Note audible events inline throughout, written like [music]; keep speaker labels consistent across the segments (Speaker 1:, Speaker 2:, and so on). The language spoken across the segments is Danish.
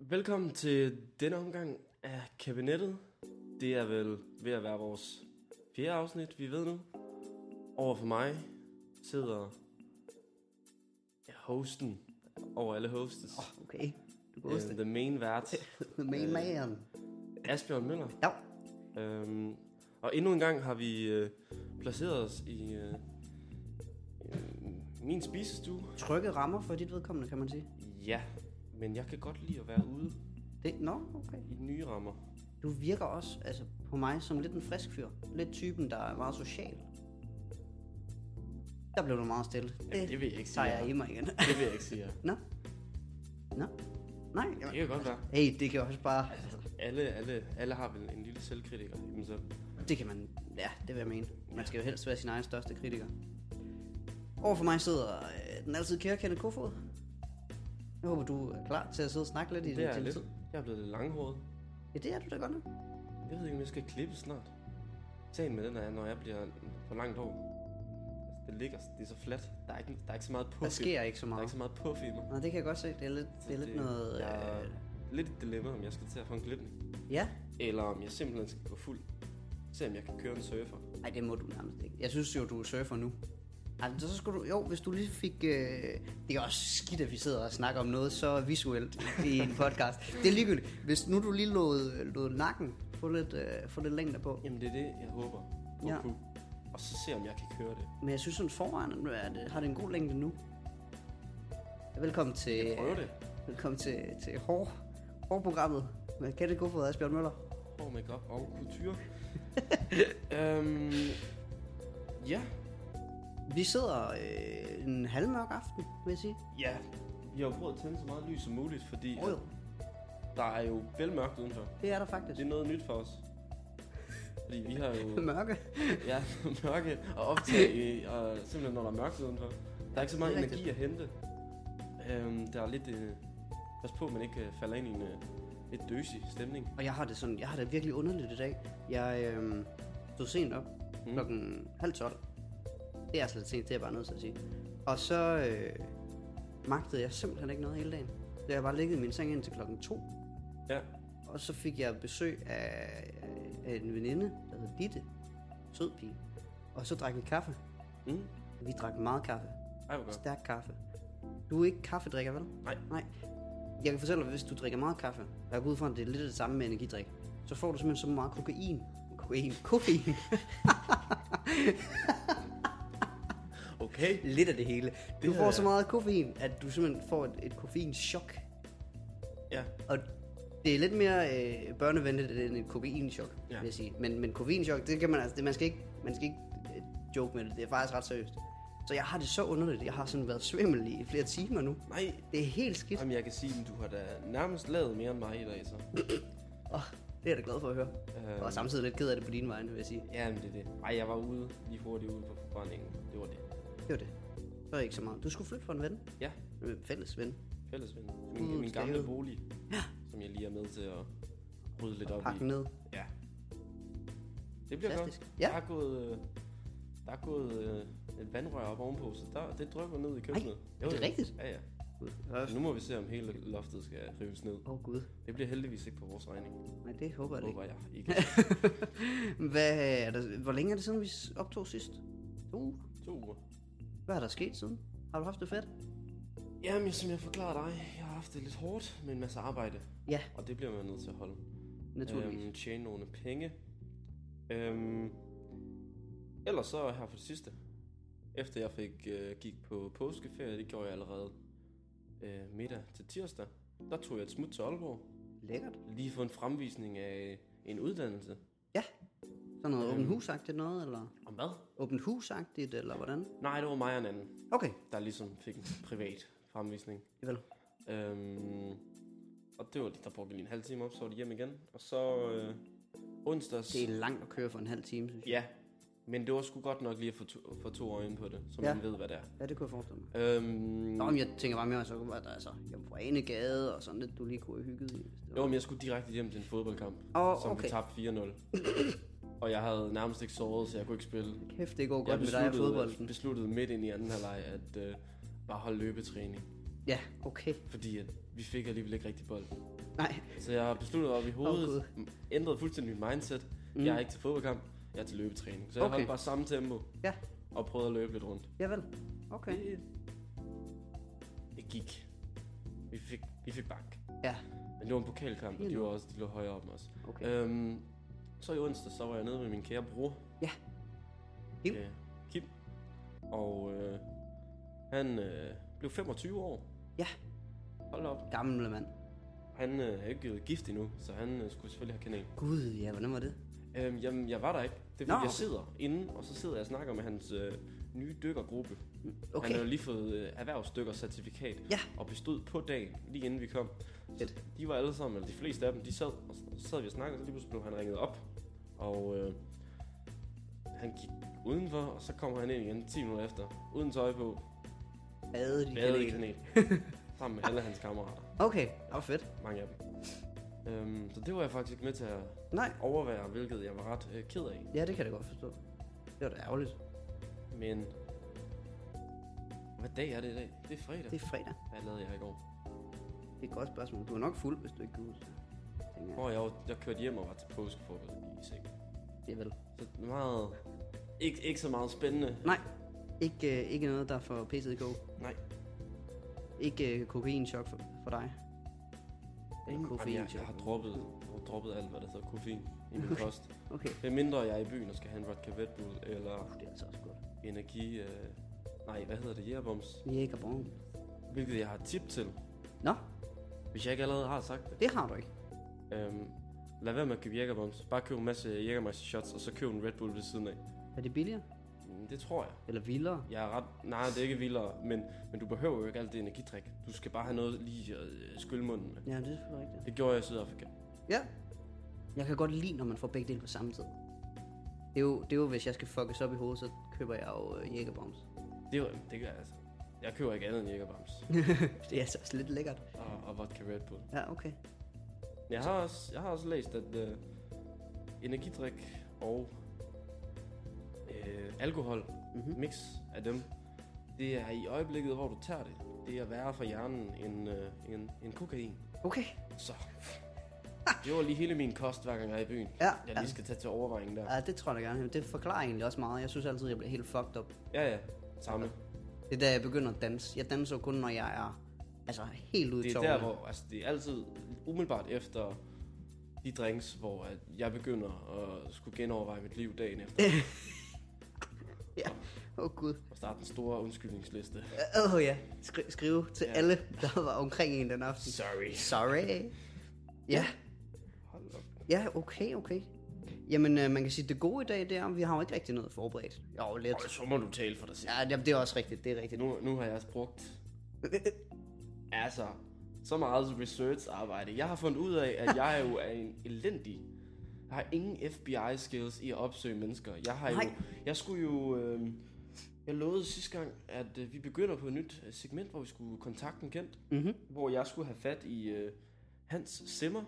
Speaker 1: Velkommen til denne omgang af kabinettet. Det er vel ved at være vores fjerde afsnit, vi ved nu. Over for mig sidder ja, hosten over alle hostes.
Speaker 2: Åh, oh, okay. Du kan
Speaker 1: Oh,
Speaker 2: huske det.
Speaker 1: the main [laughs] vært,
Speaker 2: The main
Speaker 1: øh,
Speaker 2: man.
Speaker 1: Asbjørn Møller.
Speaker 2: Ja,
Speaker 1: Øhm, og endnu en gang har vi øh, placeret os i øh, øh, min spisestue.
Speaker 2: trygge rammer for dit vedkommende, kan man sige.
Speaker 1: Ja, men jeg kan godt lide at være ude
Speaker 2: Det, nå, okay.
Speaker 1: i nye rammer.
Speaker 2: Du virker også altså, på mig som lidt en frisk fyr. Lidt typen, der er meget social. Der blev du meget stille. Det,
Speaker 1: Jamen, det vil jeg ikke sige.
Speaker 2: tager jeg i mig igen.
Speaker 1: Det vil jeg ikke sige.
Speaker 2: nå? Nå?
Speaker 1: [laughs]
Speaker 2: Nej,
Speaker 1: Det Altså,
Speaker 2: jamen.
Speaker 1: kan godt være.
Speaker 2: Hey, det kan også bare...
Speaker 1: Alle, alle, alle har vel en lille selvkritiker i sig.
Speaker 2: Det kan man... Ja, det vil jeg mene. Man skal jo helst være sin egen største kritiker. Overfor mig sidder øh, den altid kære Kenneth Kofod. Jeg håber, du er klar til at sidde og snakke lidt i
Speaker 1: Det er
Speaker 2: din
Speaker 1: lidt.
Speaker 2: tid.
Speaker 1: Jeg er blevet lidt langhåret.
Speaker 2: Ja, det er du da godt nok.
Speaker 1: Jeg ved ikke, om jeg skal klippe snart. Sagen med den er, når jeg bliver for langt over. Altså, det ligger, det er så fladt. Der er ikke, der er ikke så meget puff
Speaker 2: Der
Speaker 1: i
Speaker 2: sker ikke så
Speaker 1: Der er
Speaker 2: meget.
Speaker 1: ikke så meget puff i mig.
Speaker 2: Nå, det kan jeg godt se. Det er lidt,
Speaker 1: Så
Speaker 2: det er lidt noget...
Speaker 1: Jeg er
Speaker 2: Øh,
Speaker 1: lidt et dilemma, om jeg skal til at få en klipning.
Speaker 2: ja.
Speaker 1: Eller om jeg simpelthen skal gå fuld. Se om jeg kan køre en surfer.
Speaker 2: Nej, det må du nærmest ikke. Jeg synes jo, du er surfer nu. Altså, så skulle du... Jo, hvis du lige fik... Øh, det er også skidt, at vi sidder og snakker om noget så visuelt i en podcast. Det er ligegyldigt. Hvis nu du lige lod, lod nakken få lidt, øh, få lidt længde på.
Speaker 1: Jamen det er det, jeg håber at
Speaker 2: Ja.
Speaker 1: kunne. Og så se om jeg kan køre det.
Speaker 2: Men jeg synes sådan foran, er det, har det en god længde nu. Velkommen til...
Speaker 1: Jeg prøver det.
Speaker 2: Velkommen til, til hår, hårprogrammet med Kette Kofod og Asbjørn Møller.
Speaker 1: Hår, makeup og
Speaker 2: [laughs]
Speaker 1: couture. øhm, ja.
Speaker 2: Vi sidder øh, en halvmørk aften, vil jeg sige.
Speaker 1: Ja. Jeg har prøvet at tænde så meget lys som muligt, fordi
Speaker 2: Rød.
Speaker 1: der er jo vel mørkt udenfor.
Speaker 2: Det er der faktisk.
Speaker 1: Det er noget nyt for os. Fordi vi har
Speaker 2: [laughs]
Speaker 1: jo...
Speaker 2: Mørke.
Speaker 1: Ja, mørke og optage, i- og simpelthen når der er mørkt udenfor. Der er ikke så meget
Speaker 2: Det er rigtigt.
Speaker 1: energi at hente. Øhm, der er lidt... Øh, pas på, at man ikke øh, falder ind i en øh, lidt døsig stemning.
Speaker 2: Og jeg har det sådan, jeg har det virkelig underligt i dag. Jeg øh, stod sent op
Speaker 1: Mm.
Speaker 2: mm. klokken halv tolv. Det er altså lidt sent, det er jeg bare nødt til at sige. Og så øh, magtede jeg simpelthen ikke noget hele dagen. Så jeg bare ligget i min seng indtil klokken to.
Speaker 1: Ja.
Speaker 2: Og så fik jeg besøg af, af en veninde, der hedder Ditte. Sød pige. Og så drak vi kaffe.
Speaker 1: Mm.
Speaker 2: Vi drak meget kaffe.
Speaker 1: Ej, hvor godt.
Speaker 2: Stærk kaffe. Du er ikke kaffedrikker, vel?
Speaker 1: Nej.
Speaker 2: Nej. Jeg kan fortælle dig, hvis du drikker meget kaffe, og jeg går ud fra, at det er lidt det samme med energidrik, så får du simpelthen så meget kokain. Kokain. Koffein.
Speaker 1: Okay.
Speaker 2: [laughs] lidt af det hele. Du
Speaker 1: Det
Speaker 2: får
Speaker 1: er-
Speaker 2: så meget koffein, at du simpelthen får et, et koffeinschok.
Speaker 1: Ja.
Speaker 2: Og det er lidt mere øh, børnevenligt end et koffeinschok,
Speaker 1: Ja.
Speaker 2: ja. vil jeg sige. Men, men koffeinschok, det kan man altså, det, man skal ikke, man skal ikke øh, joke med det. Det er faktisk ret seriøst. Så jeg har det så underligt. Jeg har sådan været svimmel i flere timer nu.
Speaker 1: Nej,
Speaker 2: Det er helt skidt.
Speaker 1: Jamen, jeg kan sige, at du har da nærmest lavet mere end mig i dag, så.
Speaker 2: Åh, det er jeg da glad for at høre.
Speaker 1: Øhm.
Speaker 2: Og samtidig lidt ked af det på dine vegne, vil jeg sige.
Speaker 1: Ja, men det er det. Ej, jeg var ude lige hurtigt ude på forbrændingen. Det var det.
Speaker 2: Det var det. Det var ikke så meget. Du skulle flytte fra en ven.
Speaker 1: Ja,
Speaker 2: Øh, Fælles ven.
Speaker 1: fællesven.
Speaker 2: Ud
Speaker 1: Min, min
Speaker 2: til
Speaker 1: gamle
Speaker 2: havet.
Speaker 1: bolig, som jeg lige er med til at rydde lidt op i.
Speaker 2: Pakke ned.
Speaker 1: Ja. Det bliver godt.
Speaker 2: Fantastisk. Ja.
Speaker 1: Der er gået, øh, der er gået øh, et vandrør op ovenpå, så der, det drøber ned i køkkenet. Jo,
Speaker 2: er det
Speaker 1: jo.
Speaker 2: rigtigt?
Speaker 1: Ja, ja.
Speaker 2: Gud.
Speaker 1: Så nu må vi se, om hele loftet skal rives ned.
Speaker 2: Åh oh, gud.
Speaker 1: Det bliver heldigvis ikke på vores regning.
Speaker 2: Nej, det håber jeg da ikke.
Speaker 1: Håber jeg ikke.
Speaker 2: [laughs] Hvad er der, hvor længe er det siden, vi optog sidst? To uger.
Speaker 1: To uger.
Speaker 2: Hvad er der sket siden? Har du haft det fedt?
Speaker 1: Jamen, som jeg forklarede dig, jeg har haft det lidt hårdt med en masse arbejde.
Speaker 2: Ja,
Speaker 1: Og det bliver man nødt til at holde.
Speaker 2: naturligvis.
Speaker 1: Øhm, tjene nogle penge. Øhm, ellers så her for det sidste. Efter jeg fik øh, gik på påskeferie, det gjorde jeg allerede øh, middag til tirsdag. Der tog jeg et smut til Aalborg.
Speaker 2: Lækkert.
Speaker 1: Lige for en fremvisning af en uddannelse.
Speaker 2: Sådan noget
Speaker 1: Øhm.
Speaker 2: åbent husagtigt noget, eller
Speaker 1: Om hvad?
Speaker 2: åbent husagtigt, eller hvordan?
Speaker 1: Nej, det var mig og en anden,
Speaker 2: Okay,
Speaker 1: der ligesom fik en privat fremvisning.
Speaker 2: vel.
Speaker 1: Øhm, og det var det, der brugte jeg lige en halv time op, så var det hjem igen. Og så øh, onsdags...
Speaker 2: Det er langt at køre for en halv time, synes jeg.
Speaker 1: Ja, men det var sgu godt nok lige at få to, få to øjne på det, så
Speaker 2: Ja.
Speaker 1: man ved, hvad det er.
Speaker 2: Ja, det kunne jeg forestille mig.
Speaker 1: Øhm,
Speaker 2: Nå, men jeg tænker bare mere, så kunne være, altså, jeg på ene gade og sådan lidt, du lige kunne have hygget i. hvis det var-
Speaker 1: jo, men jeg skulle direkte hjem til en fodboldkamp,
Speaker 2: Åh,
Speaker 1: som vi
Speaker 2: okay.
Speaker 1: tabte 4-0. og jeg havde nærmest ikke sovet, så jeg kunne ikke spille.
Speaker 2: Kæft, det går
Speaker 1: jeg
Speaker 2: godt med dig og fodbolden.
Speaker 1: besluttede midt ind i anden halvleg at øh, bare holde løbetræning.
Speaker 2: Ja, okay.
Speaker 1: fordi at vi fik alligevel ikke rigtig bold.
Speaker 2: Nej.
Speaker 1: Så jeg har besluttet op i hovedet,
Speaker 2: Gud.
Speaker 1: oh, ændret fuldstændig mit mindset. Mm. Jeg er ikke til fodboldkamp, jeg er til løbetræning. Så jeg
Speaker 2: Okay.
Speaker 1: holdt bare samme tempo
Speaker 2: Ja.
Speaker 1: og prøvede at løbe lidt rundt.
Speaker 2: Javel. Okay.
Speaker 1: Det, det gik. Vi fik, vi fik bank.
Speaker 2: Ja,
Speaker 1: Men det var en pokalkamp, og de, var også, de lå højere om os.
Speaker 2: okay.
Speaker 1: Okay. Øhm, så i onsdag, så var jeg nede med min kære bror.
Speaker 2: Ja. Kim.
Speaker 1: Øh, Kim. Og øh, han øh, blev 25 år.
Speaker 2: Ja.
Speaker 1: Hold op.
Speaker 2: Gamle mand.
Speaker 1: Han øh, er ikke blevet gift endnu, så han øh, skulle selvfølgelig have kanel.
Speaker 2: Gud, ja, hvordan var det?
Speaker 1: Øhm, jamen, jeg var der ikke. Det er fordi,
Speaker 2: Nå,
Speaker 1: jeg
Speaker 2: okay.
Speaker 1: sidder inde, og så sidder jeg og snakker med hans øh, nye dykkergruppe.
Speaker 2: Okay.
Speaker 1: Han har jo lige fået øh, erhvervsdykkercertifikat
Speaker 2: Ja.
Speaker 1: og bestod på dagen, lige inden vi kom. Så
Speaker 2: Fedt.
Speaker 1: de var alle sammen, eller de fleste af dem, de sad, og så sad vi og snakkede, og så lige pludselig blev han ringet op. Og øh, han gik udenfor, og så kommer han ind igen 10 minutter efter, uden tøj på,
Speaker 2: Bade de
Speaker 1: badet i
Speaker 2: kanel.
Speaker 1: kanel,
Speaker 2: [laughs]
Speaker 1: sammen med alle hans kammerater,
Speaker 2: Okay, og fedt.
Speaker 1: mange af dem. Øhm, så det var jeg faktisk med til at
Speaker 2: Nej.
Speaker 1: overvære, hvilket jeg var ret øh, ked af.
Speaker 2: Ja, det kan jeg da godt forstå. Det var da ærgerligt.
Speaker 1: Men hvad dag er det i dag? Det er fredag.
Speaker 2: Det er fredag.
Speaker 1: Hvad lavede jeg i går?
Speaker 2: Det er et godt spørgsmål. Du er nok fuld, hvis du ikke kan huske det. tænker jeg.
Speaker 1: Hvor jeg, var- jeg kørte hjem og var til påskefrokost og gik i seng.
Speaker 2: Javel.
Speaker 1: Så meget... Ikke, ikke så meget spændende.
Speaker 2: Nej. Ikke, øh, ikke noget, der får PCK.
Speaker 1: Nej.
Speaker 2: Ikke øh, kokain-chok for, for dig. Eller
Speaker 1: Jamen, jeg,
Speaker 2: koffein-chok.
Speaker 1: jeg, har droppet, jeg har droppet alt, hvad der hedder koffein i min kost.
Speaker 2: Okay.
Speaker 1: Det er mindre, jeg er i byen og skal have en vodka Red Bull, eller
Speaker 2: Uh, det er altså også godt.
Speaker 1: energi... Øh, nej, hvad hedder det? Jægerbombs.
Speaker 2: Jægerborgen.
Speaker 1: Hvilket jeg har et tip til,
Speaker 2: Nå,
Speaker 1: hvis jeg ikke allerede har sagt det.
Speaker 2: det har du ikke.
Speaker 1: Øhm, lad være med at købe jægerbombs. Bare køb en masse jægermeister shots, og så køb en Red Bull ved siden af.
Speaker 2: Er det billigere?
Speaker 1: Mm, Det tror jeg.
Speaker 2: Eller vildere?
Speaker 1: Jeg er ret... Nej, det er ikke vildere, men, men du behøver jo ikke alt det energidrik. Du skal bare have noget lige at øh, skylle munden med.
Speaker 2: Ja, det er selvfølgelig rigtigt.
Speaker 1: Det gjorde jeg i Sydafrika.
Speaker 2: Ja. Jeg kan godt lide, når man får begge dele på samme tid. Det er jo, det er jo hvis jeg skal fuckes op i hovedet, så køber jeg jo øh, jægerbombs.
Speaker 1: Det, var, det gør jeg altså. Jeg køber ikke andet end jækkerbams
Speaker 2: [laughs] det er altså også lidt lækkert.
Speaker 1: og, og vodka Red Bull.
Speaker 2: Ja, okay.
Speaker 1: Jeg har også, jeg har også læst, at øh, energidrik og øh, alkohol,
Speaker 2: Mhm.
Speaker 1: mm-hmm. mix af dem, det er i øjeblikket, hvor du tager det, det er værre for hjernen end, øh, end, end kokain.
Speaker 2: Okay.
Speaker 1: Så det var lige hele min kost, hver gang jeg er i byen.
Speaker 2: Ja,
Speaker 1: Jeg
Speaker 2: ja.
Speaker 1: lige skal tage til overvejning der.
Speaker 2: ja, det tror jeg da gerne. Det forklarer egentlig også meget. Jeg synes altid, jeg bliver helt fucked up.
Speaker 1: Ja, ja. Samme.
Speaker 2: Det er da jeg begynder at danse. Jeg danser jo kun, når jeg er altså, helt ude i
Speaker 1: Det er
Speaker 2: tårerne.
Speaker 1: der, hvor altså, det er altid umiddelbart efter de drinks, hvor at jeg begynder at skulle genoverveje mit liv dagen efter.
Speaker 2: Ja. Åh oh, gud.
Speaker 1: Og starte den store undskyldningsliste.
Speaker 2: Åh oh, ja. Skri- skrive til
Speaker 1: Ja.
Speaker 2: ja. alle, der var omkring en den aften.
Speaker 1: Sorry.
Speaker 2: Sorry. Ja,
Speaker 1: Hold op.
Speaker 2: ja, okay, okay. Jamen, øh, man kan sige, at det gode i dag, det er, at vi har jo ikke rigtig noget forberedt. Jo, lidt.
Speaker 1: Og så må du tale for dig selv.
Speaker 2: Ja, jamen, det er også rigtigt, det er rigtigt. [laughs]
Speaker 1: Nu, nu har jeg også brugt altså, så meget research-arbejde. Jeg har fundet ud af, at jeg jo er en elendig... Jeg har ingen FBI-skills i at opsøge mennesker. Jeg har jo...
Speaker 2: Nej.
Speaker 1: Jeg skulle jo... Øh, jeg lovede sidste gang, at øh, vi begynder på et nyt øh, segment, hvor vi skulle kontakte en kendt.
Speaker 2: Mhm.
Speaker 1: Hvor jeg skulle have fat i øh, Hans Simmer,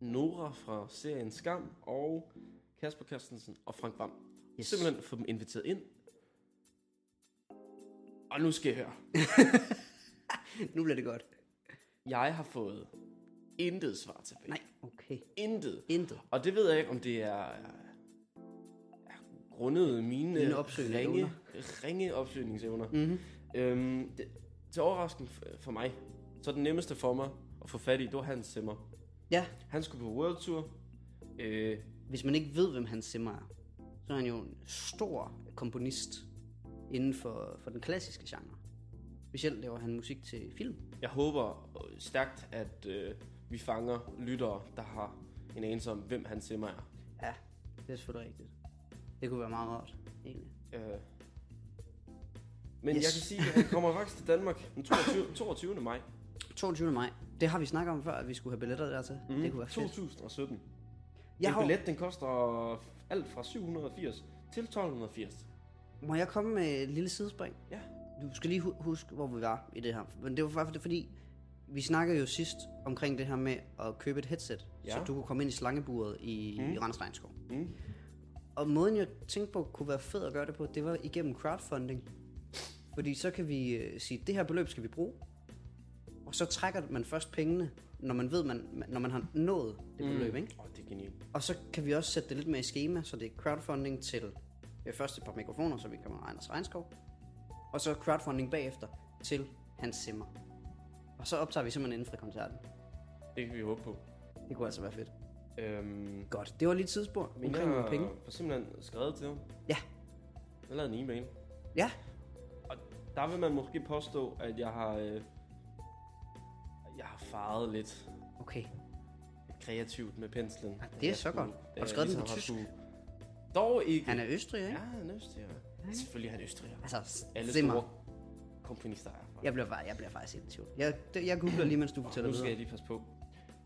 Speaker 1: Nora fra serien Skam og Kasper Carstensen og Frank Vam.
Speaker 2: Yes.
Speaker 1: Simpelthen få dem inviteret ind. Og nu skal I høre.
Speaker 2: Nu bliver det godt.
Speaker 1: Jeg har fået intet svar tilbage.
Speaker 2: Nej, okay.
Speaker 1: Intet.
Speaker 2: Intet.
Speaker 1: Og det ved jeg ikke, om det er er grundet mine
Speaker 2: Dine opsøgende
Speaker 1: ringe,
Speaker 2: evner.
Speaker 1: ringe opsøgningsevner.
Speaker 2: Mhm.
Speaker 1: Øhm, det, til overraskelse f- for mig, så den nemmeste for mig at få fat i, det var Hans Simmer.
Speaker 2: Ja,
Speaker 1: Han skulle på World Tour. Øh,
Speaker 2: hvis man ikke ved, hvem Hans Zimmer er, så er han jo en stor komponist inden for, for den klassiske genre. Specielt laver han musik til film.
Speaker 1: jeg håber øh, stærkt, at øh, vi fanger lyttere, der har en anelse om, hvem Hans Simmer er.
Speaker 2: Ja, det er selvfølgelig rigtigt. Det kunne være meget rart, egentlig.
Speaker 1: Øh. Men yes.
Speaker 2: Yes.
Speaker 1: jeg kan sige, at han kommer faktisk til Danmark den 22. 22. maj
Speaker 2: 22. maj. Det har vi snakket om før, at vi skulle have billetter dertil. Mm. Det kunne være
Speaker 1: Hmm.
Speaker 2: fedt.
Speaker 1: 2017.
Speaker 2: Jeg
Speaker 1: en
Speaker 2: har-
Speaker 1: billet, den koster alt fra 780 til 1280.
Speaker 2: Må jeg komme med et lille sidespring?
Speaker 1: Ja.
Speaker 2: Du skal lige hu- huske, hvor vi var i det her. Men det var faktisk fordi, vi snakkede jo sidst omkring det her med at købe et headset,
Speaker 1: Ja.
Speaker 2: ja. så du kunne komme ind i slangeburet i, mm. i Randsteinskov.
Speaker 1: Mm.
Speaker 2: Og måden, jeg tænkte på, kunne være fed at gøre det på, det var igennem crowdfunding. Fordi så kan vi øh, sige, at det her beløb skal vi bruge. Og så trækker man først pengene, når man ved, man, når man har nået det beløb, ikke?
Speaker 1: Åh, oh, det er genialt.
Speaker 2: Og så kan vi også sætte det lidt mere i schema, så det er crowdfunding til øh, først et par mikrofoner, som vi kommer med Anders Regnskov, og så crowdfunding bagefter til Hans Zimmer. Og så optager vi simpelthen inden fra koncerten.
Speaker 1: Det kan vi håbe på.
Speaker 2: Det kunne altså være fedt.
Speaker 1: Øhm,
Speaker 2: Godt, det var lige et tidsspur omkring
Speaker 1: jeg
Speaker 2: nogle penge.
Speaker 1: har simpelthen skrevet til ham.
Speaker 2: Ja,
Speaker 1: Jeg lavede en e-mail.
Speaker 2: ja,
Speaker 1: Og der vil man måske påstå, at jeg har... Øh, jeg har faret lidt
Speaker 2: okay.
Speaker 1: kreativt med penslen.
Speaker 2: Ah, det er så godt. Har du skrevet den på tysk?
Speaker 1: ligesom Dog ikke.
Speaker 2: Han er østrig, ikke?
Speaker 1: Ja, han er østriger. Selvfølgelig er han østriger.
Speaker 2: Altså,
Speaker 1: Alle
Speaker 2: Zimmer.
Speaker 1: store komponister er fra.
Speaker 2: Jeg bliver, bare, jeg bliver faktisk helt i tvivl. Jeg, det, jeg googler lige, mens du
Speaker 1: Så
Speaker 2: fortæller
Speaker 1: nu skal
Speaker 2: videre.
Speaker 1: jeg lige passe på.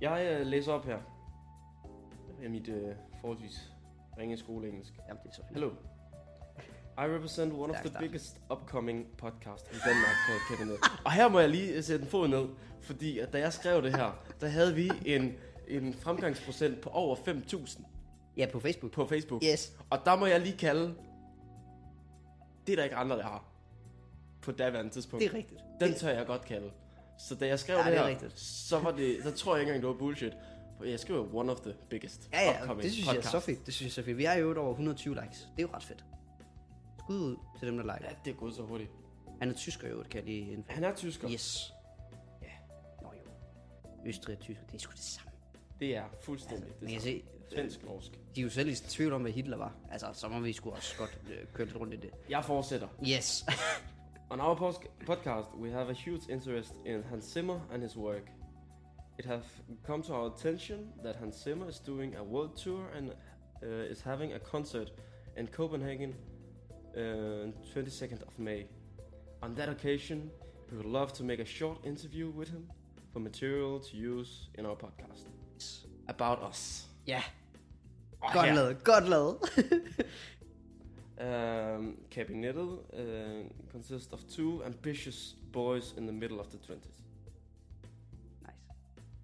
Speaker 1: Jeg øh, læser op her. Det er mit øh, forholdsvis ringe skoleengelsk.
Speaker 2: Jamen, det er så fint.
Speaker 1: Hello. I represent one of
Speaker 2: Stærk
Speaker 1: the
Speaker 2: start.
Speaker 1: biggest upcoming podcast i Danmark på Kabinet. Og her må jeg lige øh, sætte en fod ned, fordi at da jeg skrev det her, der havde vi en, en fremgangsprocent på over 5.000
Speaker 2: Ja, på Facebook.
Speaker 1: på Facebook.
Speaker 2: Yes.
Speaker 1: Og der må jeg lige kalde, det er der ikke andre, der har på daværende tidspunkt.
Speaker 2: Det er rigtigt.
Speaker 1: Den tør jeg godt kalde. Så da jeg skrev
Speaker 2: Ja,
Speaker 1: det
Speaker 2: det er
Speaker 1: her,
Speaker 2: rigtigt.
Speaker 1: så var det, så tror jeg ikke engang, det var bullshit. For jeg skrev one of the biggest
Speaker 2: Ja, ja, og
Speaker 1: upcoming
Speaker 2: det synes
Speaker 1: podcast.
Speaker 2: jeg er så fedt. Det synes jeg er så fedt. Vi er jo over 120 likes. Det er jo ret fedt. Skud ud til dem, der liker.
Speaker 1: Ja, det er gået så hurtigt.
Speaker 2: Han er tysker jo, kan jeg lige indføre.
Speaker 1: Han er tysker.
Speaker 2: Yes. Ja. Nå jo. Østrig og tysker, det er sgu det samme. Altså,
Speaker 1: Det er fuldstændig det
Speaker 2: Man kan
Speaker 1: samme.
Speaker 2: se, øh,
Speaker 1: Svensk norsk.
Speaker 2: de er jo selv i tvivl om, hvad Hitler var. Altså, så må vi sgu også godt øh, køre lidt rundt i det.
Speaker 1: Jeg fortsætter.
Speaker 2: Yes.
Speaker 1: On our pos- podcast, we have a huge interest in Hans Zimmer and his work. It has come to our attention that Hans Zimmer is doing a world tour and uh, is having a concert in Copenhagen uh, on 22nd of May. On that occasion, we would love to make a short interview with him for material to use in our podcast. About us.
Speaker 2: ja.
Speaker 1: Og
Speaker 2: Godt
Speaker 1: her-
Speaker 2: lavet, godt lavet.
Speaker 1: Um, Kabinettet uh, consists of two ambitious boys in the middle of the 20s.
Speaker 2: nice.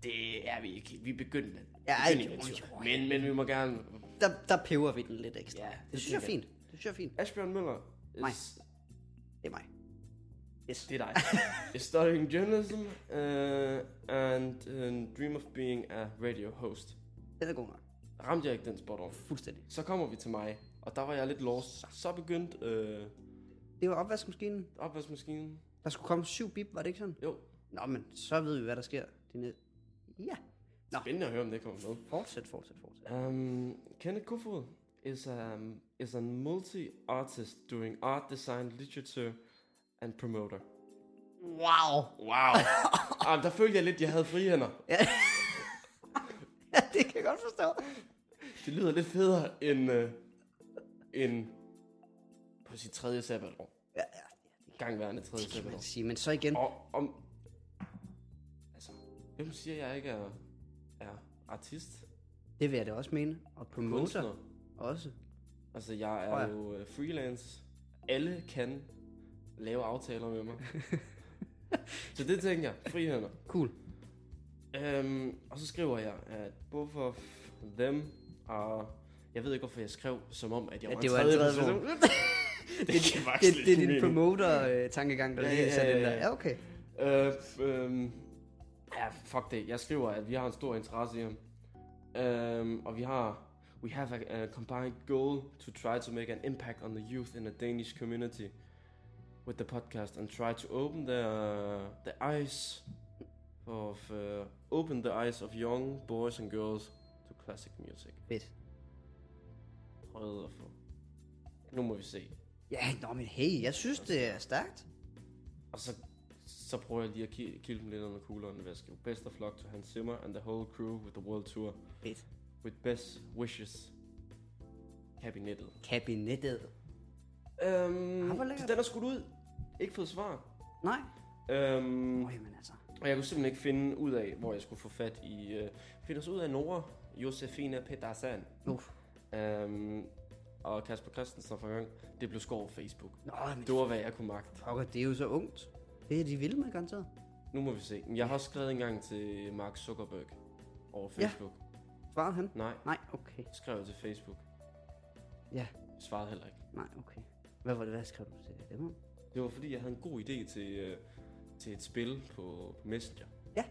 Speaker 1: Det er vi ikke. Vi begyndte den.
Speaker 2: Ja,
Speaker 1: Begyndte
Speaker 2: ej,
Speaker 1: den
Speaker 2: jo,
Speaker 1: tur.
Speaker 2: jo.
Speaker 1: Men, men vi må gerne...
Speaker 2: Der, der peber vi den lidt ekstra.
Speaker 1: Ja,
Speaker 2: Ja, det,
Speaker 1: det
Speaker 2: det synes jeg er
Speaker 1: tænker
Speaker 2: fint. Det synes jeg er fint.
Speaker 1: Asbjørn Møller is...
Speaker 2: Nej. Det er mig. Yes.
Speaker 1: Det er dig. is studying journalism uh, and uh, dream of being a radio host.
Speaker 2: Den er god nok.
Speaker 1: Ramte jeg ikke den spot on.
Speaker 2: Fuldstændig.
Speaker 1: Så kommer vi til mig, og der var jeg lidt lost. Så begyndte øh,
Speaker 2: Det var opvaskemaskinen.
Speaker 1: opvaskemaskinen.
Speaker 2: Der skulle komme syv bip, var det ikke sådan?
Speaker 1: Jo,
Speaker 2: Nå, men så ved vi, hvad der sker. De næ- ja. Nå,
Speaker 1: spændende at høre, om det kommer med.
Speaker 2: fortsæt, fortsæt, fortsæt.
Speaker 1: Um, Kenneth Kofod is a, is a multi-artist doing art, design, literature and promoter.
Speaker 2: Wow!
Speaker 1: Wow. ah, der følte jeg lidt, jeg havde frie hænder.
Speaker 2: Ja, [laughs] det kan jeg godt forstå.
Speaker 1: Det lyder lidt federe end, øh, end på sit tredje sabbatår.
Speaker 2: Ja, ja,
Speaker 1: Gangværende tredje
Speaker 2: det kan man
Speaker 1: sabbatår.
Speaker 2: sige. Men så igen,
Speaker 1: Og om... Altså, hvem siger, jeg ikke er, er artist?
Speaker 2: det vil jeg da også mene. Og promoter
Speaker 1: Kunstner?
Speaker 2: også.
Speaker 1: Altså, jeg
Speaker 2: Tror
Speaker 1: er
Speaker 2: jeg.
Speaker 1: jo øh, freelance. Alle kan lave aftaler med mig. Så det tænker jeg. Frihænder.
Speaker 2: Cool.
Speaker 1: Øhm, og så skriver jeg, at both of them are... Jeg ved ikke, hvorfor jeg skrev, som om, at jeg
Speaker 2: Ja,
Speaker 1: var
Speaker 2: det
Speaker 1: en
Speaker 2: var en
Speaker 1: tredje
Speaker 2: tredje
Speaker 1: person. det, giver
Speaker 2: Det,
Speaker 1: faktisk
Speaker 2: det er
Speaker 1: lidt
Speaker 2: din
Speaker 1: mening.
Speaker 2: promoter-tankegang, der
Speaker 1: Ja,
Speaker 2: lige
Speaker 1: ja,
Speaker 2: er sat
Speaker 1: ja,
Speaker 2: ind
Speaker 1: ja.
Speaker 2: der. Ja, okay.
Speaker 1: Øh, f- øhm, ja, fuck det. Jeg skriver, at vi har en stor interesse i ham. Øhm, og vi har... We have a, a combined goal to try to make an impact on the youth in the Danish community with the podcast and try to open the, the eyes of... Uh, open the eyes of young boys and girls to classic music.
Speaker 2: Fedt.
Speaker 1: Prøvede at få. Nu må vi se.
Speaker 2: Ja, nå, men hey, jeg synes, det er stærkt.
Speaker 1: Og så, så prøver jeg lige at ki- kilde dem lidt under kuglerne ved at skrive Best of luck to Hans Zimmer and the whole crew with the world tour.
Speaker 2: Fedt.
Speaker 1: With best wishes. Kabinettet.
Speaker 2: Kabinettet.
Speaker 1: Øhm,
Speaker 2: Ah, hvor lækkert.
Speaker 1: den er skudt ud. Ikke fået svar.
Speaker 2: Nej.
Speaker 1: Øhm,
Speaker 2: Nå, jamen altså.
Speaker 1: og jeg kunne simpelthen ikke finde ud af, hvor jeg skulle få fat i... Øh, finde os ud af Nora, Josefina Pedersen
Speaker 2: Uf.
Speaker 1: øhm, og Kasper Christensen fra gang. Det blev skåret over Facebook.
Speaker 2: Nå, men
Speaker 1: Det var, hvad jeg kunne magte.
Speaker 2: pokker, det er jo så ungt. Det er de vilde med, garanteret.
Speaker 1: Nu må vi se. Men Jeg har også skrevet en gang til Mark Zuckerberg over
Speaker 2: Ja.
Speaker 1: Facebook. Ja.
Speaker 2: Svarede han?
Speaker 1: Nej,
Speaker 2: Nej, okay.
Speaker 1: skrev jeg til Facebook.
Speaker 2: Ja,
Speaker 1: Svarede heller ikke.
Speaker 2: nej, okay. Hvad var det, hvad skrev du til dem om?
Speaker 1: Det var fordi, jeg havde en god idé til, øh, til et spil på Messenger.
Speaker 2: Ja.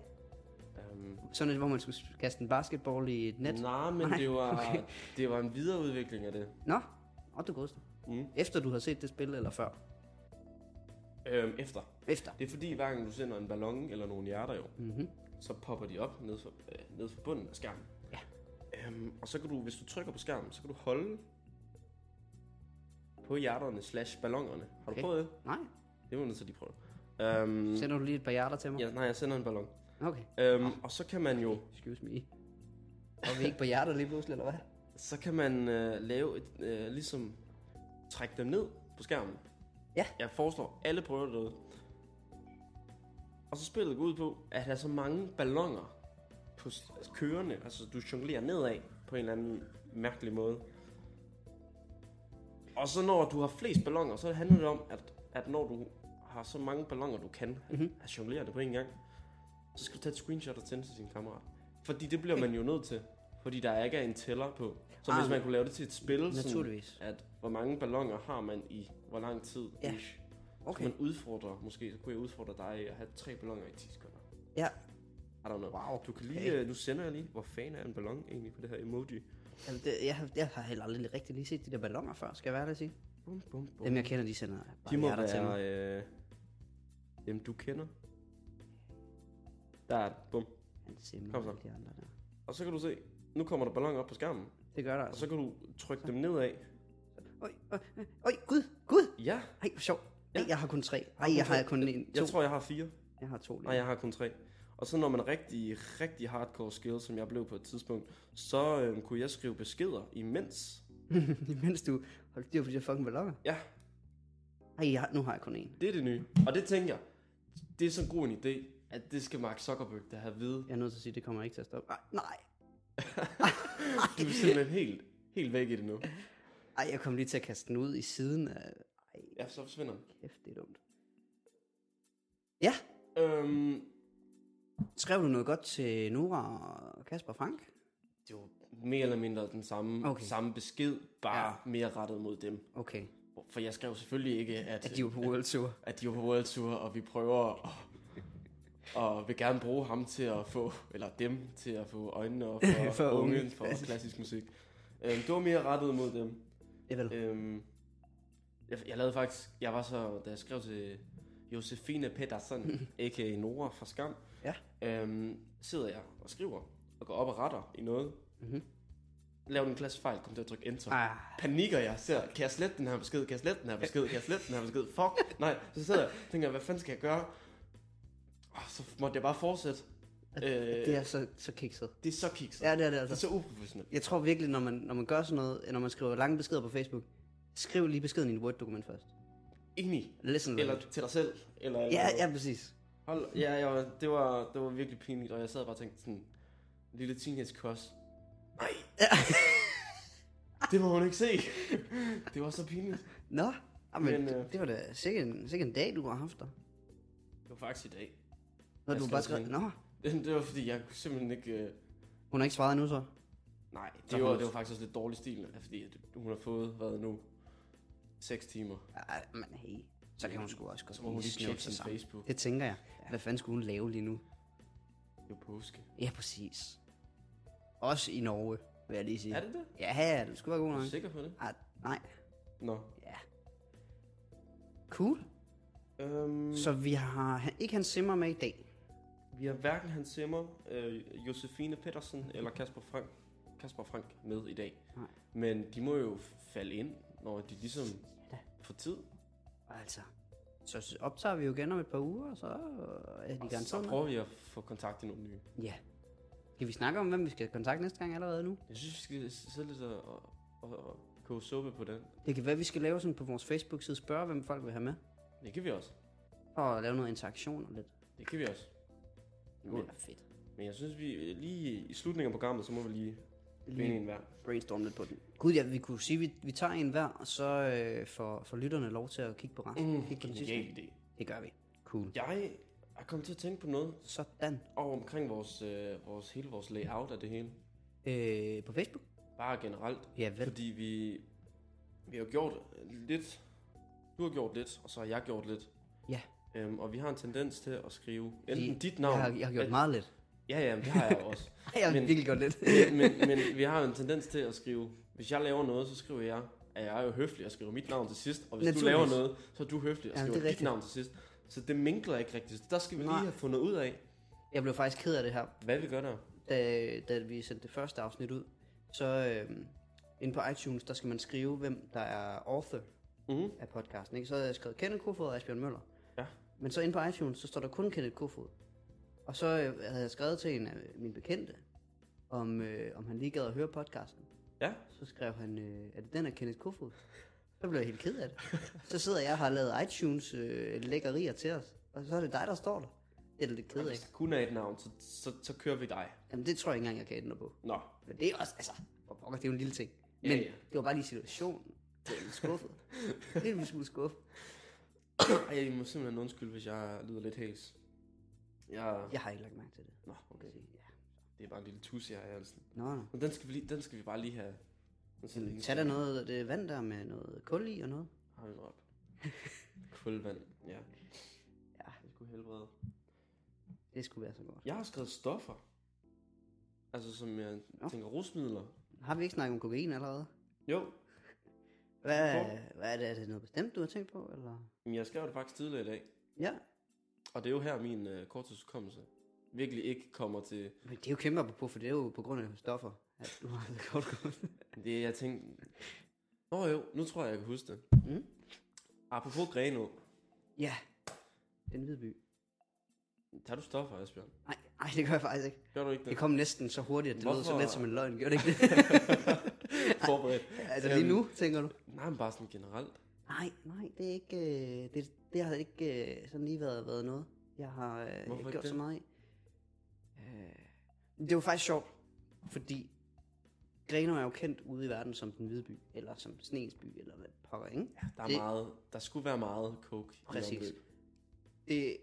Speaker 1: Um,
Speaker 2: Sådan, hvor man skulle kaste en basketball i et net.
Speaker 1: nej, men
Speaker 2: Nej,
Speaker 1: det var,
Speaker 2: okay.
Speaker 1: det var en videreudvikling af det.
Speaker 2: Nå, og du godeste.
Speaker 1: Mm.
Speaker 2: Efter du har set det spil, eller før?
Speaker 1: Øhm, efter.
Speaker 2: Efter.
Speaker 1: Det er fordi, hver gang du sender en ballon eller nogle hjerter jo,
Speaker 2: Mm-hmm.
Speaker 1: så popper de op ned for, øh, ned for bunden af skærmen.
Speaker 2: Ja.
Speaker 1: Øhm, og så kan du, hvis du trykker på skærmen, så kan du holde på hjerterne slash ballongerne. Har du
Speaker 2: Okay.
Speaker 1: prøvet det?
Speaker 2: Nej,
Speaker 1: Det må du nødt til lige prøve. Øhm,
Speaker 2: sender du lige et par hjerter til mig?
Speaker 1: ja, nej, jeg sender en ballon.
Speaker 2: Okay,
Speaker 1: Øhm, og så kan man jo,
Speaker 2: excuse me. Og vi ikke på hjerter lige pludselig, eller hvad?
Speaker 1: så kan man øh, lave et, øh, ligesom trække dem ned på skærmen.
Speaker 2: Ja.
Speaker 1: Jeg foreslår, alle prøver det derude. Og så spillet går ud på, at have så mange ballonger på s- altså kørende, altså du jonglerer nedad på en eller anden mærkelig måde. Og så når du har flest ballonger, så handler det om, at, at når du har så mange ballonger, du kan
Speaker 2: Mhm.
Speaker 1: mm-hmm. at jonglere det på en gang, så skal du tage et screenshot og sende til din kammerat. Fordi det bliver man jo nødt til, fordi der ikke er en tæller på. Så
Speaker 2: Ah,
Speaker 1: hvis man kunne lave det til et spil, sådan,
Speaker 2: [laughs] Naturligvis.
Speaker 1: at hvor mange ballonger har man i hvor lang tid.
Speaker 2: Ja,
Speaker 1: ish. Så
Speaker 2: Okay.
Speaker 1: man udfordrer, måske så kunne jeg udfordre dig i at have tre ballonger i 10 sekunder.
Speaker 2: Ja,
Speaker 1: I don't know.
Speaker 2: wow.
Speaker 1: Du kan lige, øh, nu sender jeg lige, hvor fanden er en ballon egentlig på det her emoji.
Speaker 2: Jamen, det, jeg, har- jeg har heller aldrig rigtig lige set de der ballonger før, skal jeg være ærlig at sige.
Speaker 1: Bum, bum, bum.
Speaker 2: Dem jeg kender, de sender bare
Speaker 1: de må
Speaker 2: hjerter til mig.
Speaker 1: være øh, dem, du kender. Der er bum.
Speaker 2: Han simmer
Speaker 1: Kom så.
Speaker 2: alle de andre der.
Speaker 1: Og så kan du se, nu kommer der balloner op på skærmen.
Speaker 2: Det gør der
Speaker 1: Og
Speaker 2: altså.
Speaker 1: så kan du trykke dem nedad.
Speaker 2: Oj, oj, oj, gud, gud!
Speaker 1: Ja,
Speaker 2: Ej, hvor sjovt. Ej,
Speaker 1: Ja.
Speaker 2: jeg har kun tre. Ej,
Speaker 1: kun
Speaker 2: jeg har
Speaker 1: tre.
Speaker 2: kun en, to.
Speaker 1: jeg tror, jeg har fire.
Speaker 2: Jeg har to lige. [laughs]
Speaker 1: Nej, jeg har kun tre. Og så når man rigtig, rigtig hardcore skill, som jeg blev på et tidspunkt, så øh, kunne jeg skrive beskeder imens.
Speaker 2: Imens du holdt styr på de her fucking ballonger.
Speaker 1: Ja,
Speaker 2: Ej, jeg, har- nu har jeg kun en.
Speaker 1: det er det nye. Og det tænker jeg, det er så god en idé, at det skal Mark Zuckerberg da have at vide.
Speaker 2: Jeg er nødt til at sige, det kommer ikke til at stoppe. Ej, nej.
Speaker 1: Du er simpelthen helt, helt væk i det nu.
Speaker 2: Ej, jeg kom lige til at kaste den ud i siden af... Ej,
Speaker 1: Ja, så forsvinder den.
Speaker 2: kæft, det er dumt. Ja,
Speaker 1: Øhm,
Speaker 2: skrev du noget godt til Nora og Kasper Frank?
Speaker 1: det var mere eller mindre den samme,
Speaker 2: Okay.
Speaker 1: okay. samme besked, bare
Speaker 2: Ja.
Speaker 1: ja. mere rettet mod dem.
Speaker 2: Okay,
Speaker 1: For jeg skrev selvfølgelig ikke, at,
Speaker 2: at de var på World Tour.
Speaker 1: at de er på World Tour, og vi prøver at, og vil gerne bruge ham til at få, eller dem til at få øjnene
Speaker 2: [laughs]
Speaker 1: op for,
Speaker 2: For
Speaker 1: for
Speaker 2: unge.
Speaker 1: unge,
Speaker 2: [laughs]
Speaker 1: for klassisk musik. Øhm, det var mere rettet mod dem.
Speaker 2: Ja, vel.
Speaker 1: Øhm, jeg, jeg lavede faktisk, jeg var så, da jeg skrev til Josefine
Speaker 2: [laughs]
Speaker 1: Pedersen, a.k.a. Nora fra Skam,
Speaker 2: Ja.
Speaker 1: øhm, sidder jeg og skriver, og går op og retter i noget.
Speaker 2: Mhm.
Speaker 1: Laver en klasse fejl, kom til at trykke enter
Speaker 2: Ah,
Speaker 1: panikker jeg, ser, kan jeg slette den her besked, kan jeg slette den her besked, kan jeg slette den her besked, fuck, nej, så sidder jeg, tænker, hvad fanden skal jeg gøre? Og så måtte jeg bare fortsætte. Øh,
Speaker 2: Altså, det er så, så kikset.
Speaker 1: det er så kikset.
Speaker 2: Ja, det er det
Speaker 1: Det er
Speaker 2: altså.
Speaker 1: så uprofessionelt.
Speaker 2: Jeg tror virkelig, når man, når man gør sådan noget, når man skriver lange beskeder på Facebook, skriv lige beskeden i et Word-dokument først.
Speaker 1: Enig.
Speaker 2: Listen to
Speaker 1: Eller
Speaker 2: it.
Speaker 1: til dig selv. Eller,
Speaker 2: Mm. Ja, ja, præcis.
Speaker 1: Hold, ja, jeg, var- det, var, det var virkelig pinligt, og jeg sad bare og tænkte sådan, lille teenage kos. Nej. det må hun ikke se. [laughs] det var så pinligt.
Speaker 2: [laughs] Nå, jamen, men,
Speaker 1: Men,
Speaker 2: øh...
Speaker 1: øh,
Speaker 2: det var da sikkert en, sikkert en dag, du har haft dig.
Speaker 1: Det var faktisk i dag.
Speaker 2: Når
Speaker 1: Jeg
Speaker 2: du
Speaker 1: skal
Speaker 2: bare
Speaker 1: også
Speaker 2: skrev,
Speaker 1: lige-
Speaker 2: nå,
Speaker 1: Det var fordi, jeg kunne simpelthen ikke... øh,
Speaker 2: hun har ikke svaret nu så.
Speaker 1: Nej, det,
Speaker 2: Der
Speaker 1: var,
Speaker 2: holdes.
Speaker 1: det var faktisk også lidt dårlig stil, altså, fordi at hun har fået, hvad nu, 6 timer.
Speaker 2: Ej, men hey, så kan hun sgu også godt
Speaker 1: Så må hun lige
Speaker 2: snøve
Speaker 1: tjekke
Speaker 2: sig
Speaker 1: sin
Speaker 2: sammen.
Speaker 1: Facebook.
Speaker 2: Det tænker jeg. Hvad fanden skulle hun lave lige nu?
Speaker 1: Det er jo påske.
Speaker 2: Ja, præcis. Også i Norge, vil jeg lige sige.
Speaker 1: Er det det?
Speaker 2: Ja, ja, du skulle være god
Speaker 1: Er
Speaker 2: nok.
Speaker 1: du sikker på det?
Speaker 2: Ej, nej,
Speaker 1: Nå.
Speaker 2: ja. Cool.
Speaker 1: Øhm,
Speaker 2: Så vi har han- ikke Hans Zimmer med i dag.
Speaker 1: vi har hverken Hans Zimmer, øh, Josefine Pedersen eller Kasper Frank, Kasper Frank med i dag.
Speaker 2: Nej.
Speaker 1: Men de må jo falde ind, når de ligesom får tid.
Speaker 2: Altså, så optager vi jo igen om et par uger, og så er de
Speaker 1: Og så
Speaker 2: garanteret med.
Speaker 1: prøver vi at få kontakt til nogle nye.
Speaker 2: Ja. Skal vi snakke om, hvem vi skal kontakte næste gang allerede nu?
Speaker 1: Jeg synes, vi skal sidde lidt og, og, og, og koge suppe på den.
Speaker 2: Det kan være, vi skal lave sådan på vores Facebook-side, spørge, hvem folk vil have med.
Speaker 1: Det kan vi også.
Speaker 2: For at lave noget interaktion og lidt.
Speaker 1: Det kan vi også.
Speaker 2: Det ville være fedt.
Speaker 1: Men jeg synes, vi øh, lige i slutningen af programmet, så må vi lige finde
Speaker 2: Lige
Speaker 1: en hver.
Speaker 2: brainstorm lidt på den. Gud, ja, vi kunne sige, at vi, vi tager en hver, og så øh, får, får lytterne lov til at kigge på resten.
Speaker 1: Mm,
Speaker 2: Kigge på den sidste.
Speaker 1: genial idé.
Speaker 2: Det gør vi. Cool.
Speaker 1: Jeg er kommet til at tænke på noget
Speaker 2: Sådan.
Speaker 1: over omkring vores, øh, vores, hele vores layout af det hele.
Speaker 2: Øh, på Facebook?
Speaker 1: Bare generelt.
Speaker 2: Ja, vel.
Speaker 1: Fordi vi, vi har gjort lidt. Du har gjort lidt, og så har jeg gjort lidt.
Speaker 2: Ja.
Speaker 1: Øhm, og vi har en tendens til at skrive
Speaker 2: Fordi
Speaker 1: enten dit navn...
Speaker 2: Jeg har, jeg har gjort
Speaker 1: at-
Speaker 2: meget lidt. [laughs]
Speaker 1: Ja, ja, men det har jeg også.
Speaker 2: Jeg har
Speaker 1: Men-
Speaker 2: virkelig gjort lidt. [laughs]
Speaker 1: men, men vi har jo en tendens til at skrive... Hvis jeg laver noget, så skriver jeg... At jeg er jo høflig og skriver mit navn til sidst. Og hvis du
Speaker 2: Naturligvis.
Speaker 1: laver noget, så er du høflig og
Speaker 2: Jamen,
Speaker 1: skriver
Speaker 2: det er
Speaker 1: ja, dit
Speaker 2: rigtigt.
Speaker 1: navn til sidst. Så det minkler ikke rigtigt. Så der skal vi lige
Speaker 2: Nej.
Speaker 1: have fundet ud af,
Speaker 2: Jeg blev faktisk ked af det her,
Speaker 1: hvad vi gør der.
Speaker 2: da, da vi sendte det første afsnit ud. Så øh, inde på iTunes, der skal man skrive, hvem der er author
Speaker 1: Mm.
Speaker 2: af podcasten. Ikke? Så havde jeg skrevet Kenneth Kofod og Asbjørn Møller.
Speaker 1: Ja.
Speaker 2: Men så inde på iTunes, så står der kun Kenneth Kofod. Og så øh, havde jeg skrevet til en af mine bekendte, om, øh, om han lige gad at høre podcasten.
Speaker 1: Ja.
Speaker 2: Så skrev han, øh, er det den af Kenneth Kofod? Så blev jeg helt ked af det. Så sidder jeg og har lavet iTunes øh, lækkerier til os, og så er det dig, der står der. Det er da lidt ked af.
Speaker 1: Hvis det kun er et navn, så, så, så kører vi dig.
Speaker 2: Jamen det tror jeg ikke engang, jeg kan ændre på.
Speaker 1: Nå, [coughs]
Speaker 2: Men det er også, altså, for pokker, det er jo en lille ting.
Speaker 1: Ja,
Speaker 2: Men
Speaker 1: ja.
Speaker 2: det var bare lige situationen. Det er lidt skuffet. det er en lille smule skuffet.
Speaker 1: Ej, I må simpelthen undskylde, hvis jeg lyder lidt hæs. Jeg...
Speaker 2: Jeg har ikke lagt mærke til det.
Speaker 1: Nå, okay.
Speaker 2: Ja.
Speaker 1: Det er bare en lille tusse, jeg har i halsen.
Speaker 2: Nå, nå.
Speaker 1: Men den skal vi, lige, den skal vi bare lige have... Den skal lige-
Speaker 2: Tag der noget af det vand der med noget kul i og noget.
Speaker 1: Hold nu op. [laughs] Kulvand, ja.
Speaker 2: Ja.
Speaker 1: Det skulle helbrede.
Speaker 2: Det skulle være så godt.
Speaker 1: Jeg har skrevet stoffer. Altså, som jeg
Speaker 2: Nå.
Speaker 1: tænker rusmidler.
Speaker 2: Har vi ikke snakket om kokain allerede?
Speaker 1: Jo,
Speaker 2: Hvad,
Speaker 1: Hvor?
Speaker 2: hvad er det? Er det noget bestemt, du har tænkt på? Eller?
Speaker 1: men jeg skrev det faktisk tidligere i dag.
Speaker 2: Ja,
Speaker 1: Og det er jo her, min øh, korttidshukommelse virkelig ikke kommer til...
Speaker 2: men det er jo kæmpe apropos, for det er jo på grund af stoffer, at du har det godt [laughs] godt.
Speaker 1: Det, jeg tænkte... Nå jo, nu tror jeg, jeg kan huske det.
Speaker 2: Mm.
Speaker 1: Apropos Grenå.
Speaker 2: Ja, den hvide by.
Speaker 1: Tager du stoffer, Asbjørn?
Speaker 2: Nej, nej, det gør jeg faktisk ikke.
Speaker 1: Gør du ikke det?
Speaker 2: Det kom næsten så hurtigt, at det lød så
Speaker 1: Hvorfor?
Speaker 2: let som en løgn. Gjorde det ikke det? [laughs]
Speaker 1: forberedt.
Speaker 2: altså lige nu, tænker du?
Speaker 1: Nej, men bare sådan generelt.
Speaker 2: Nej, nej, det er ikke... Øh, det, det har ikke øh, sådan lige været, været noget, jeg har øh,
Speaker 1: Hvorfor ikke
Speaker 2: gjort så
Speaker 1: det?
Speaker 2: meget i. Øh, det var faktisk sjovt, fordi Grenaa er jo kendt ude i verden som den hvide by, eller som sneens by, eller hvad pokker, ikke?
Speaker 1: Der er
Speaker 2: Det-
Speaker 1: det... meget, der skulle være meget coke i
Speaker 2: Præcis.
Speaker 1: omløb.
Speaker 2: Det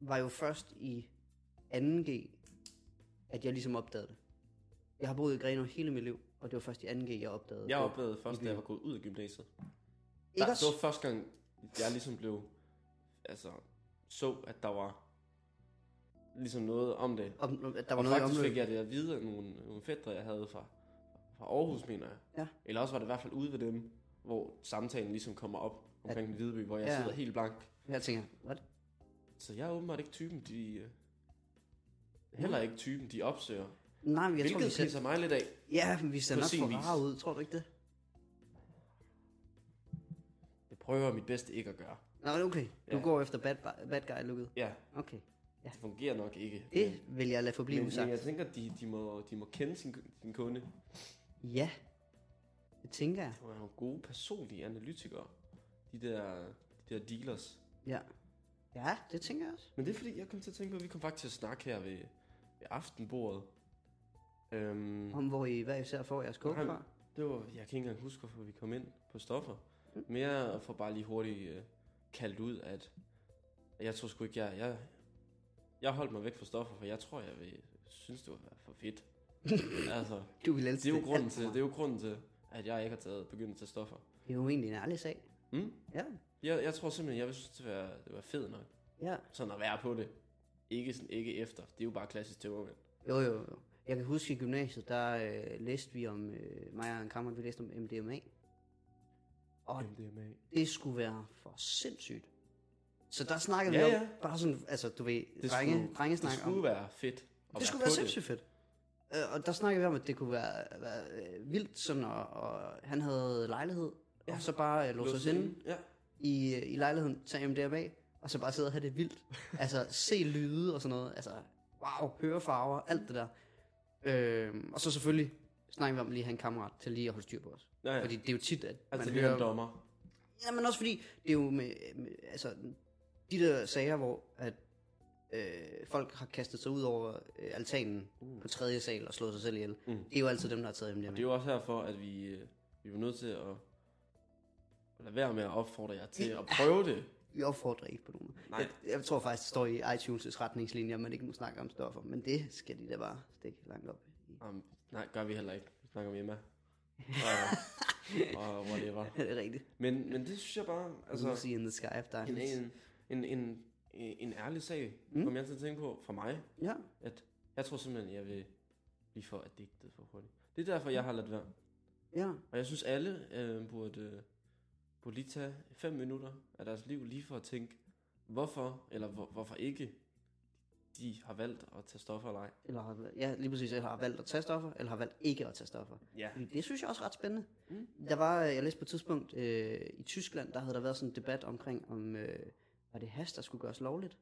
Speaker 2: var jo først i 2G, at jeg ligesom opdagede det. Jeg har boet i Grenaa hele mit liv, og det var først i 2G, jeg opdagede
Speaker 1: Jeg
Speaker 2: det.
Speaker 1: oplevede først, da jeg
Speaker 2: byen.
Speaker 1: var gået ud af gymnasiet. Der,
Speaker 2: Ikke
Speaker 1: det
Speaker 2: også?
Speaker 1: var første gang, jeg ligesom blev, altså, så, at der var ligesom noget om det.
Speaker 2: Om, at der var
Speaker 1: og
Speaker 2: noget i
Speaker 1: faktisk
Speaker 2: omløb.
Speaker 1: fik jeg det at vide af nogle, nogle fædre, jeg havde fra, fra Aarhus, mener jeg.
Speaker 2: Ja.
Speaker 1: Eller også var det i hvert fald ude ved dem, hvor samtalen ligesom kommer op omkring den hvide by, hvor jeg
Speaker 2: Ja.
Speaker 1: sidder helt blank.
Speaker 2: Jeg tænker, what?
Speaker 1: Så jeg er åbenbart ikke typen, de... øh, Heller ikke typen, de opsøger.
Speaker 2: Nej, men jeg
Speaker 1: Jeg Hvilket
Speaker 2: tror, vi
Speaker 1: tror,
Speaker 2: ser
Speaker 1: pisser mig lidt af.
Speaker 2: Ja, men vi ser
Speaker 1: På
Speaker 2: nok
Speaker 1: sin
Speaker 2: for
Speaker 1: vis.
Speaker 2: rare ud, tror du ikke det?
Speaker 1: Jeg prøver mit bedste ikke at gøre.
Speaker 2: Nå, det er okay. Du
Speaker 1: Ja.
Speaker 2: går efter bad, bad guy looket.
Speaker 1: Ja,
Speaker 2: Okay.
Speaker 1: det fungerer nok ikke.
Speaker 2: Det vil jeg lade forblive
Speaker 1: men, øh, men
Speaker 2: usagt.
Speaker 1: jeg tænker, de, de, må, de må kende sin, sin kunde.
Speaker 2: Ja. Det tænker jeg.
Speaker 1: De må være nogle gode personlige analytikere. De der, de der dealers.
Speaker 2: Ja. Ja, det tænker jeg også.
Speaker 1: Men det er fordi, jeg kom til at tænke på, at vi kom faktisk til at snakke her ved, ved aftenbordet. Øhm,
Speaker 2: Om hvor I hver især får jeres coke
Speaker 1: Nej,
Speaker 2: fra. [laughs]
Speaker 1: det var, jeg kan ikke engang huske, hvorfor vi kom ind på stoffer. Mere for bare lige hurtigt øh, kaldt ud, at jeg tror sgu ikke, jeg, jeg, jeg holdt mig væk fra stoffer, for jeg tror, jeg vil, synes, det var for fedt. altså,
Speaker 2: Du vil elske
Speaker 1: det er jo grunden
Speaker 2: alt for
Speaker 1: til, det
Speaker 2: meget.
Speaker 1: er jo grunden til, at jeg ikke har taget, begyndt at tage stoffer.
Speaker 2: Det er jo egentlig en ærlig sag.
Speaker 1: Mm?
Speaker 2: Ja.
Speaker 1: Jeg, jeg tror simpelthen, jeg vil synes, det var, det var fedt nok.
Speaker 2: Ja.
Speaker 1: Sådan at være på det. Ikke, sådan, ikke efter. Det er jo bare klassisk tømmermænd.
Speaker 2: Jo, jo, jo. Jeg kan huske i gymnasiet, der øh, læste vi om, øh, mig og en kammerat, vi læste om MDMA. Og
Speaker 1: MDMA.
Speaker 2: det skulle være for sindssygt. Så der snakkede
Speaker 1: Ja,
Speaker 2: vi om,
Speaker 1: ja.
Speaker 2: bare sådan, altså du ved,
Speaker 1: Det
Speaker 2: drenge,
Speaker 1: skulle-
Speaker 2: drengesnak
Speaker 1: Det skulle være fedt. at
Speaker 2: Det skulle
Speaker 1: på
Speaker 2: være sindssygt fedt. Øh, og der snakkede vi om, at det kunne være, være øh, vildt, sådan, og, og han havde lejlighed, ja.
Speaker 1: Ja.
Speaker 2: og så bare øh, låse os
Speaker 1: Låse
Speaker 2: inde
Speaker 1: Ja.
Speaker 2: i, øh, i lejligheden, tage MDMA, og så bare sidde og have det [laughs] vildt. altså, se lyde og sådan noget. Altså, wow, høre farver, alt det der. Øh, og så selvfølgelig snakker vi om lige at have en kammerat til lige at holde styr på os.
Speaker 1: Ja,
Speaker 2: Ja.
Speaker 1: ja.
Speaker 2: Fordi det er jo tit, at
Speaker 1: altså,
Speaker 2: man
Speaker 1: det er
Speaker 2: hører...
Speaker 1: en dommer.
Speaker 2: Ja, men også fordi, det er jo med, med altså, de der sager, hvor at, øh, folk har kastet sig ud over øh, altanen
Speaker 1: Uh.
Speaker 2: på tredje sal og slået sig selv ihjel.
Speaker 1: Mm.
Speaker 2: Det er jo altid dem, der har taget MDMA.
Speaker 1: Og det er jo også herfor, at vi, øh, vi er nødt til at, at lade være med at opfordre jer til at prøve det.
Speaker 2: [laughs] Vi opfordrer ikke på nogen.
Speaker 1: Nej.
Speaker 2: Jeg, jeg, tror faktisk, det står i iTunes' retningslinjer, at man ikke må snakke om stoffer, men det skal de da bare stikke langt op. i.
Speaker 1: Um, nej, gør vi heller ikke. Vi snakker om
Speaker 2: [laughs]
Speaker 1: Emma. Og, og whatever.
Speaker 2: Er det rigtigt?
Speaker 1: Men, men det synes jeg bare,
Speaker 2: Altså,
Speaker 1: altså...
Speaker 2: Lucy in the sky of
Speaker 1: En,
Speaker 2: diamonds.
Speaker 1: en, en, en, en ærlig sag, mm. kom jeg til at tænke på for mig,
Speaker 2: Ja.
Speaker 1: at jeg tror simpelthen, jeg vil blive for addiktet for hurtigt. Det er derfor, jeg har ladt være.
Speaker 2: Ja.
Speaker 1: Og jeg synes, alle øh, burde, øh, burde lige tage fem minutter af deres liv lige for at tænke, hvorfor eller hvor, hvorfor ikke de har valgt at tage stoffer eller ej.
Speaker 2: Eller har, ja, lige præcis. Eller har valgt at tage stoffer, eller har valgt ikke at tage stoffer.
Speaker 1: Ja.
Speaker 2: Fordi Det synes jeg også er ret spændende.
Speaker 1: Mm.
Speaker 2: Mm. Der var, jeg læste på et tidspunkt, øh, i Tyskland, der havde der været sådan en debat omkring, om øh, var det hash, der skulle gøres lovligt?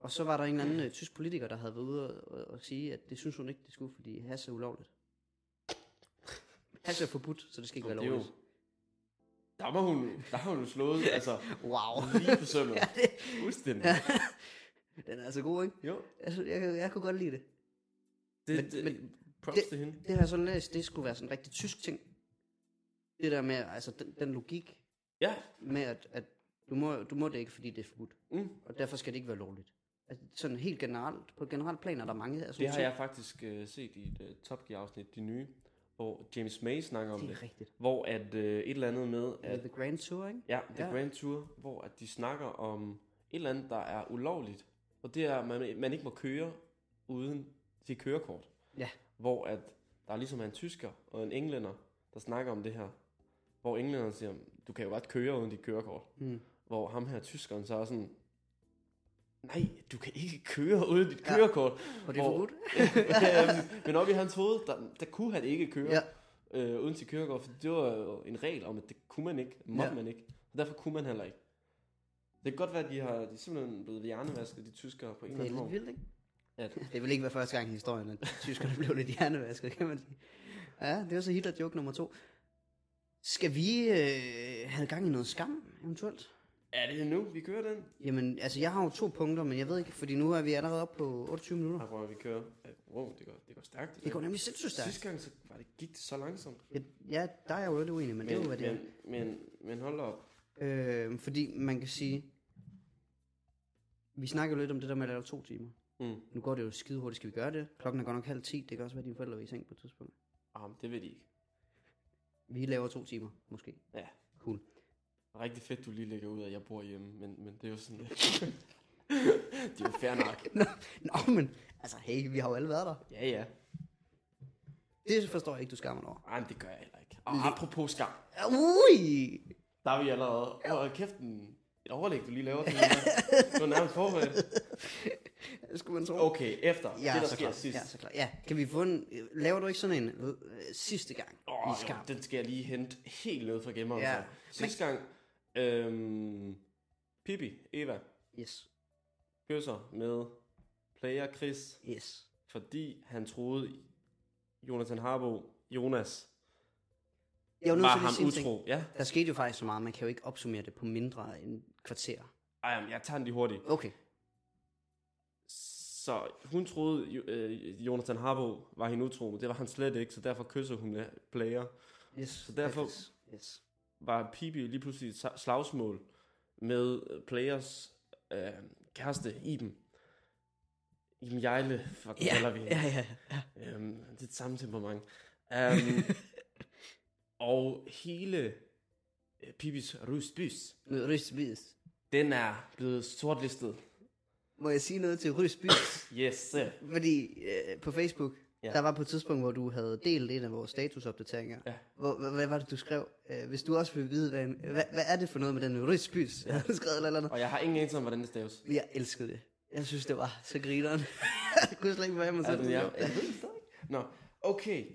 Speaker 2: Og så var der en eller anden øh, tysk politiker, der havde været ude og, og, og sige, at det synes hun ikke, det skulle, fordi hash er ulovligt. Hash er forbudt, så det skal ikke
Speaker 1: Jamen,
Speaker 2: være
Speaker 1: det er jo,
Speaker 2: lovligt.
Speaker 1: der var hun, der har hun
Speaker 2: [laughs]
Speaker 1: slået, altså
Speaker 2: Wow.
Speaker 1: lige på sømmet.
Speaker 2: [laughs] ja, det,
Speaker 1: Fuldstændig.
Speaker 2: [laughs] den er altså god, ikke?
Speaker 1: Jo,
Speaker 2: Altså, jeg, jeg, jeg kunne godt lide det.
Speaker 1: det,
Speaker 2: Men-
Speaker 1: det,
Speaker 2: men-
Speaker 1: props det, til hende.
Speaker 2: Det har jeg så læst, det skulle være sådan en rigtig tysk ting. Det der med, altså den, den logik
Speaker 1: Ja,
Speaker 2: med, at, at du, må, du må det ikke, fordi det er forbudt.
Speaker 1: mm,
Speaker 2: Og derfor skal det ikke være lovligt. Altså, sådan helt generelt, på et generelt plan er der mange af sådan
Speaker 1: det har
Speaker 2: ting.
Speaker 1: jeg faktisk øh, set i et øh, Top Gear-afsnit, de nye, hvor James May snakker om
Speaker 2: Det
Speaker 1: det.
Speaker 2: er rigtigt.
Speaker 1: Hvor at øh, et eller andet med,
Speaker 2: Ja.
Speaker 1: at
Speaker 2: The Grand Tour, ikke?
Speaker 1: Ja, The ja.
Speaker 2: Ja.
Speaker 1: Grand Tour, hvor at de snakker om et eller andet, der er ulovligt. Og det er, at man, man ikke må køre uden sit kørekort.
Speaker 2: Ja.
Speaker 1: Hvor at der ligesom er en tysker og en englænder, der snakker om det her. Hvor englænderen siger, du kan jo godt køre uden dit kørekort.
Speaker 2: Mm.
Speaker 1: Hvor ham her tyskeren så er sådan, nej, du kan ikke køre uden dit
Speaker 2: Ja. [laughs]
Speaker 1: kørekort. [laughs]
Speaker 2: Og det er
Speaker 1: Hvor-
Speaker 2: forbudt.
Speaker 1: Ja. Men op i hans hoved, der, der kunne han ikke køre
Speaker 2: Ja.
Speaker 1: øh, uden sit kørekort, for det var jo en regel om, at det kunne man ikke, måtte ja.
Speaker 2: Ja.
Speaker 1: man ikke, og derfor kunne man heller ikke. Det kan godt være, at de har de er simpelthen blevet hjernevasket, de tyskere, på en
Speaker 2: Det
Speaker 1: eller
Speaker 2: er
Speaker 1: anden
Speaker 2: lidt
Speaker 1: måde.
Speaker 2: vildt, ikke?
Speaker 1: At,
Speaker 2: Det vil ikke være første gang i historien, at tyskerne [laughs] blev lidt hjernevasket, kan man sige. Ja, det var så Hitler-joke nummer to. Skal vi øh, have gang i noget skam, eventuelt?
Speaker 1: er det nu, vi kører den?
Speaker 2: Jamen, altså, jeg har jo to punkter, men jeg ved ikke, fordi nu er vi allerede oppe på 28 minutter.
Speaker 1: Her prøver vi kører. Wow, det går, det går stærkt.
Speaker 2: Det går nemlig sindssygt stærkt.
Speaker 1: Sidste gang så var det, gik det så langsomt.
Speaker 2: Jeg- Ja, der er jeg jo lidt uenig, men, men det er jo, hvad det er.
Speaker 1: men, men, men hold da op.
Speaker 2: Øh, fordi man kan sige, vi snakker jo lidt om det der med at lave to timer.
Speaker 1: Mm.
Speaker 2: Nu går det jo skide hurtigt, skal vi gøre det? Klokken er godt nok halv ti, det kan også være, at dine forældre vil i seng på et tidspunkt.
Speaker 1: Ah, men det ved de ikke.
Speaker 2: Vi laver to timer, måske.
Speaker 1: Ja.
Speaker 2: Cool.
Speaker 1: Rigtig fedt, du lige lægger ud af, at jeg bor hjemme, men, men det er jo sådan... [laughs] det er jo fair nok.
Speaker 2: Nå, nå, men altså, hey, vi har jo alle været der.
Speaker 1: Ja, ja.
Speaker 2: Det forstår jeg ikke, du skammer dig over.
Speaker 1: Ej, men det gør jeg heller ikke. Og apropos skam.
Speaker 2: Ui!
Speaker 1: Der er vi allerede. Åh, kæft, en, et overlæg, du lige laver. til
Speaker 2: [laughs]
Speaker 1: mig. Det var nærmest forberedt.
Speaker 2: Det skulle man tro.
Speaker 1: Okay, efter
Speaker 2: Ja,
Speaker 1: det, der
Speaker 2: så
Speaker 1: sker
Speaker 2: klart.
Speaker 1: sidst.
Speaker 2: Ja, så klart. Ja, kan vi få en... Laver du ikke sådan en øh, sidste gang
Speaker 1: Åh,
Speaker 2: i
Speaker 1: jo,
Speaker 2: skam?
Speaker 1: den skal jeg lige hente helt ned fra gemmeren.
Speaker 2: Ja,
Speaker 1: Ja. Sidste gang, øhm, Pippi, Eva,
Speaker 2: Yes,
Speaker 1: kysser med player Chris,
Speaker 2: yes.
Speaker 1: fordi han troede, Jonathan Harbo, Jonas,
Speaker 2: Jeg er jo nødt
Speaker 1: var
Speaker 2: til at
Speaker 1: ham
Speaker 2: sige en ting.
Speaker 1: utro. Ja,
Speaker 2: Der skete jo faktisk så meget, man kan jo ikke opsummere det på mindre end et kvarter.
Speaker 1: Ej, men jeg tager den lige hurtigt.
Speaker 2: Okay.
Speaker 1: Så hun troede, jo- øh, Jonathan Harbo var hende utro, men det var han slet ikke, så derfor kysser hun med player.
Speaker 2: Yes.
Speaker 1: Så derfor-
Speaker 2: Yes. yes.
Speaker 1: var Pibi lige pludselig et sa- slagsmål med øh, Players øh, kæreste, Iben. Iben Jejle, fuck, yeah. kalder vi hende.
Speaker 2: ja, ja.
Speaker 1: Øhm, det er det samme temperament. Um, [laughs] og hele øh, Pibis rusbys,
Speaker 2: Med Rysbys.
Speaker 1: den er blevet sortlistet.
Speaker 2: Må jeg sige noget til Rysbys?
Speaker 1: [laughs] Yes. øh.
Speaker 2: Fordi øh, på Facebook,
Speaker 1: Ja.
Speaker 2: ja. der var på et tidspunkt, hvor du havde delt en af vores statusopdateringer.
Speaker 1: Ja.
Speaker 2: Hvor, hvad, hvad var det, du skrev? Øh, hvis du også vil vide, hvad, en, hvad, hvad er det for noget med den Rysbys? [laughs] Ja. Har du skrevet eller et eller andet?
Speaker 1: Og jeg har ingen anelse om, hvordan det staves.
Speaker 2: Jeg elskede det. Jeg synes, det var så grineren. [laughs] jeg kunne slet ikke være mig selv.
Speaker 1: Altså, jeg, jeg ved det stadig. ikke. Nå, okay.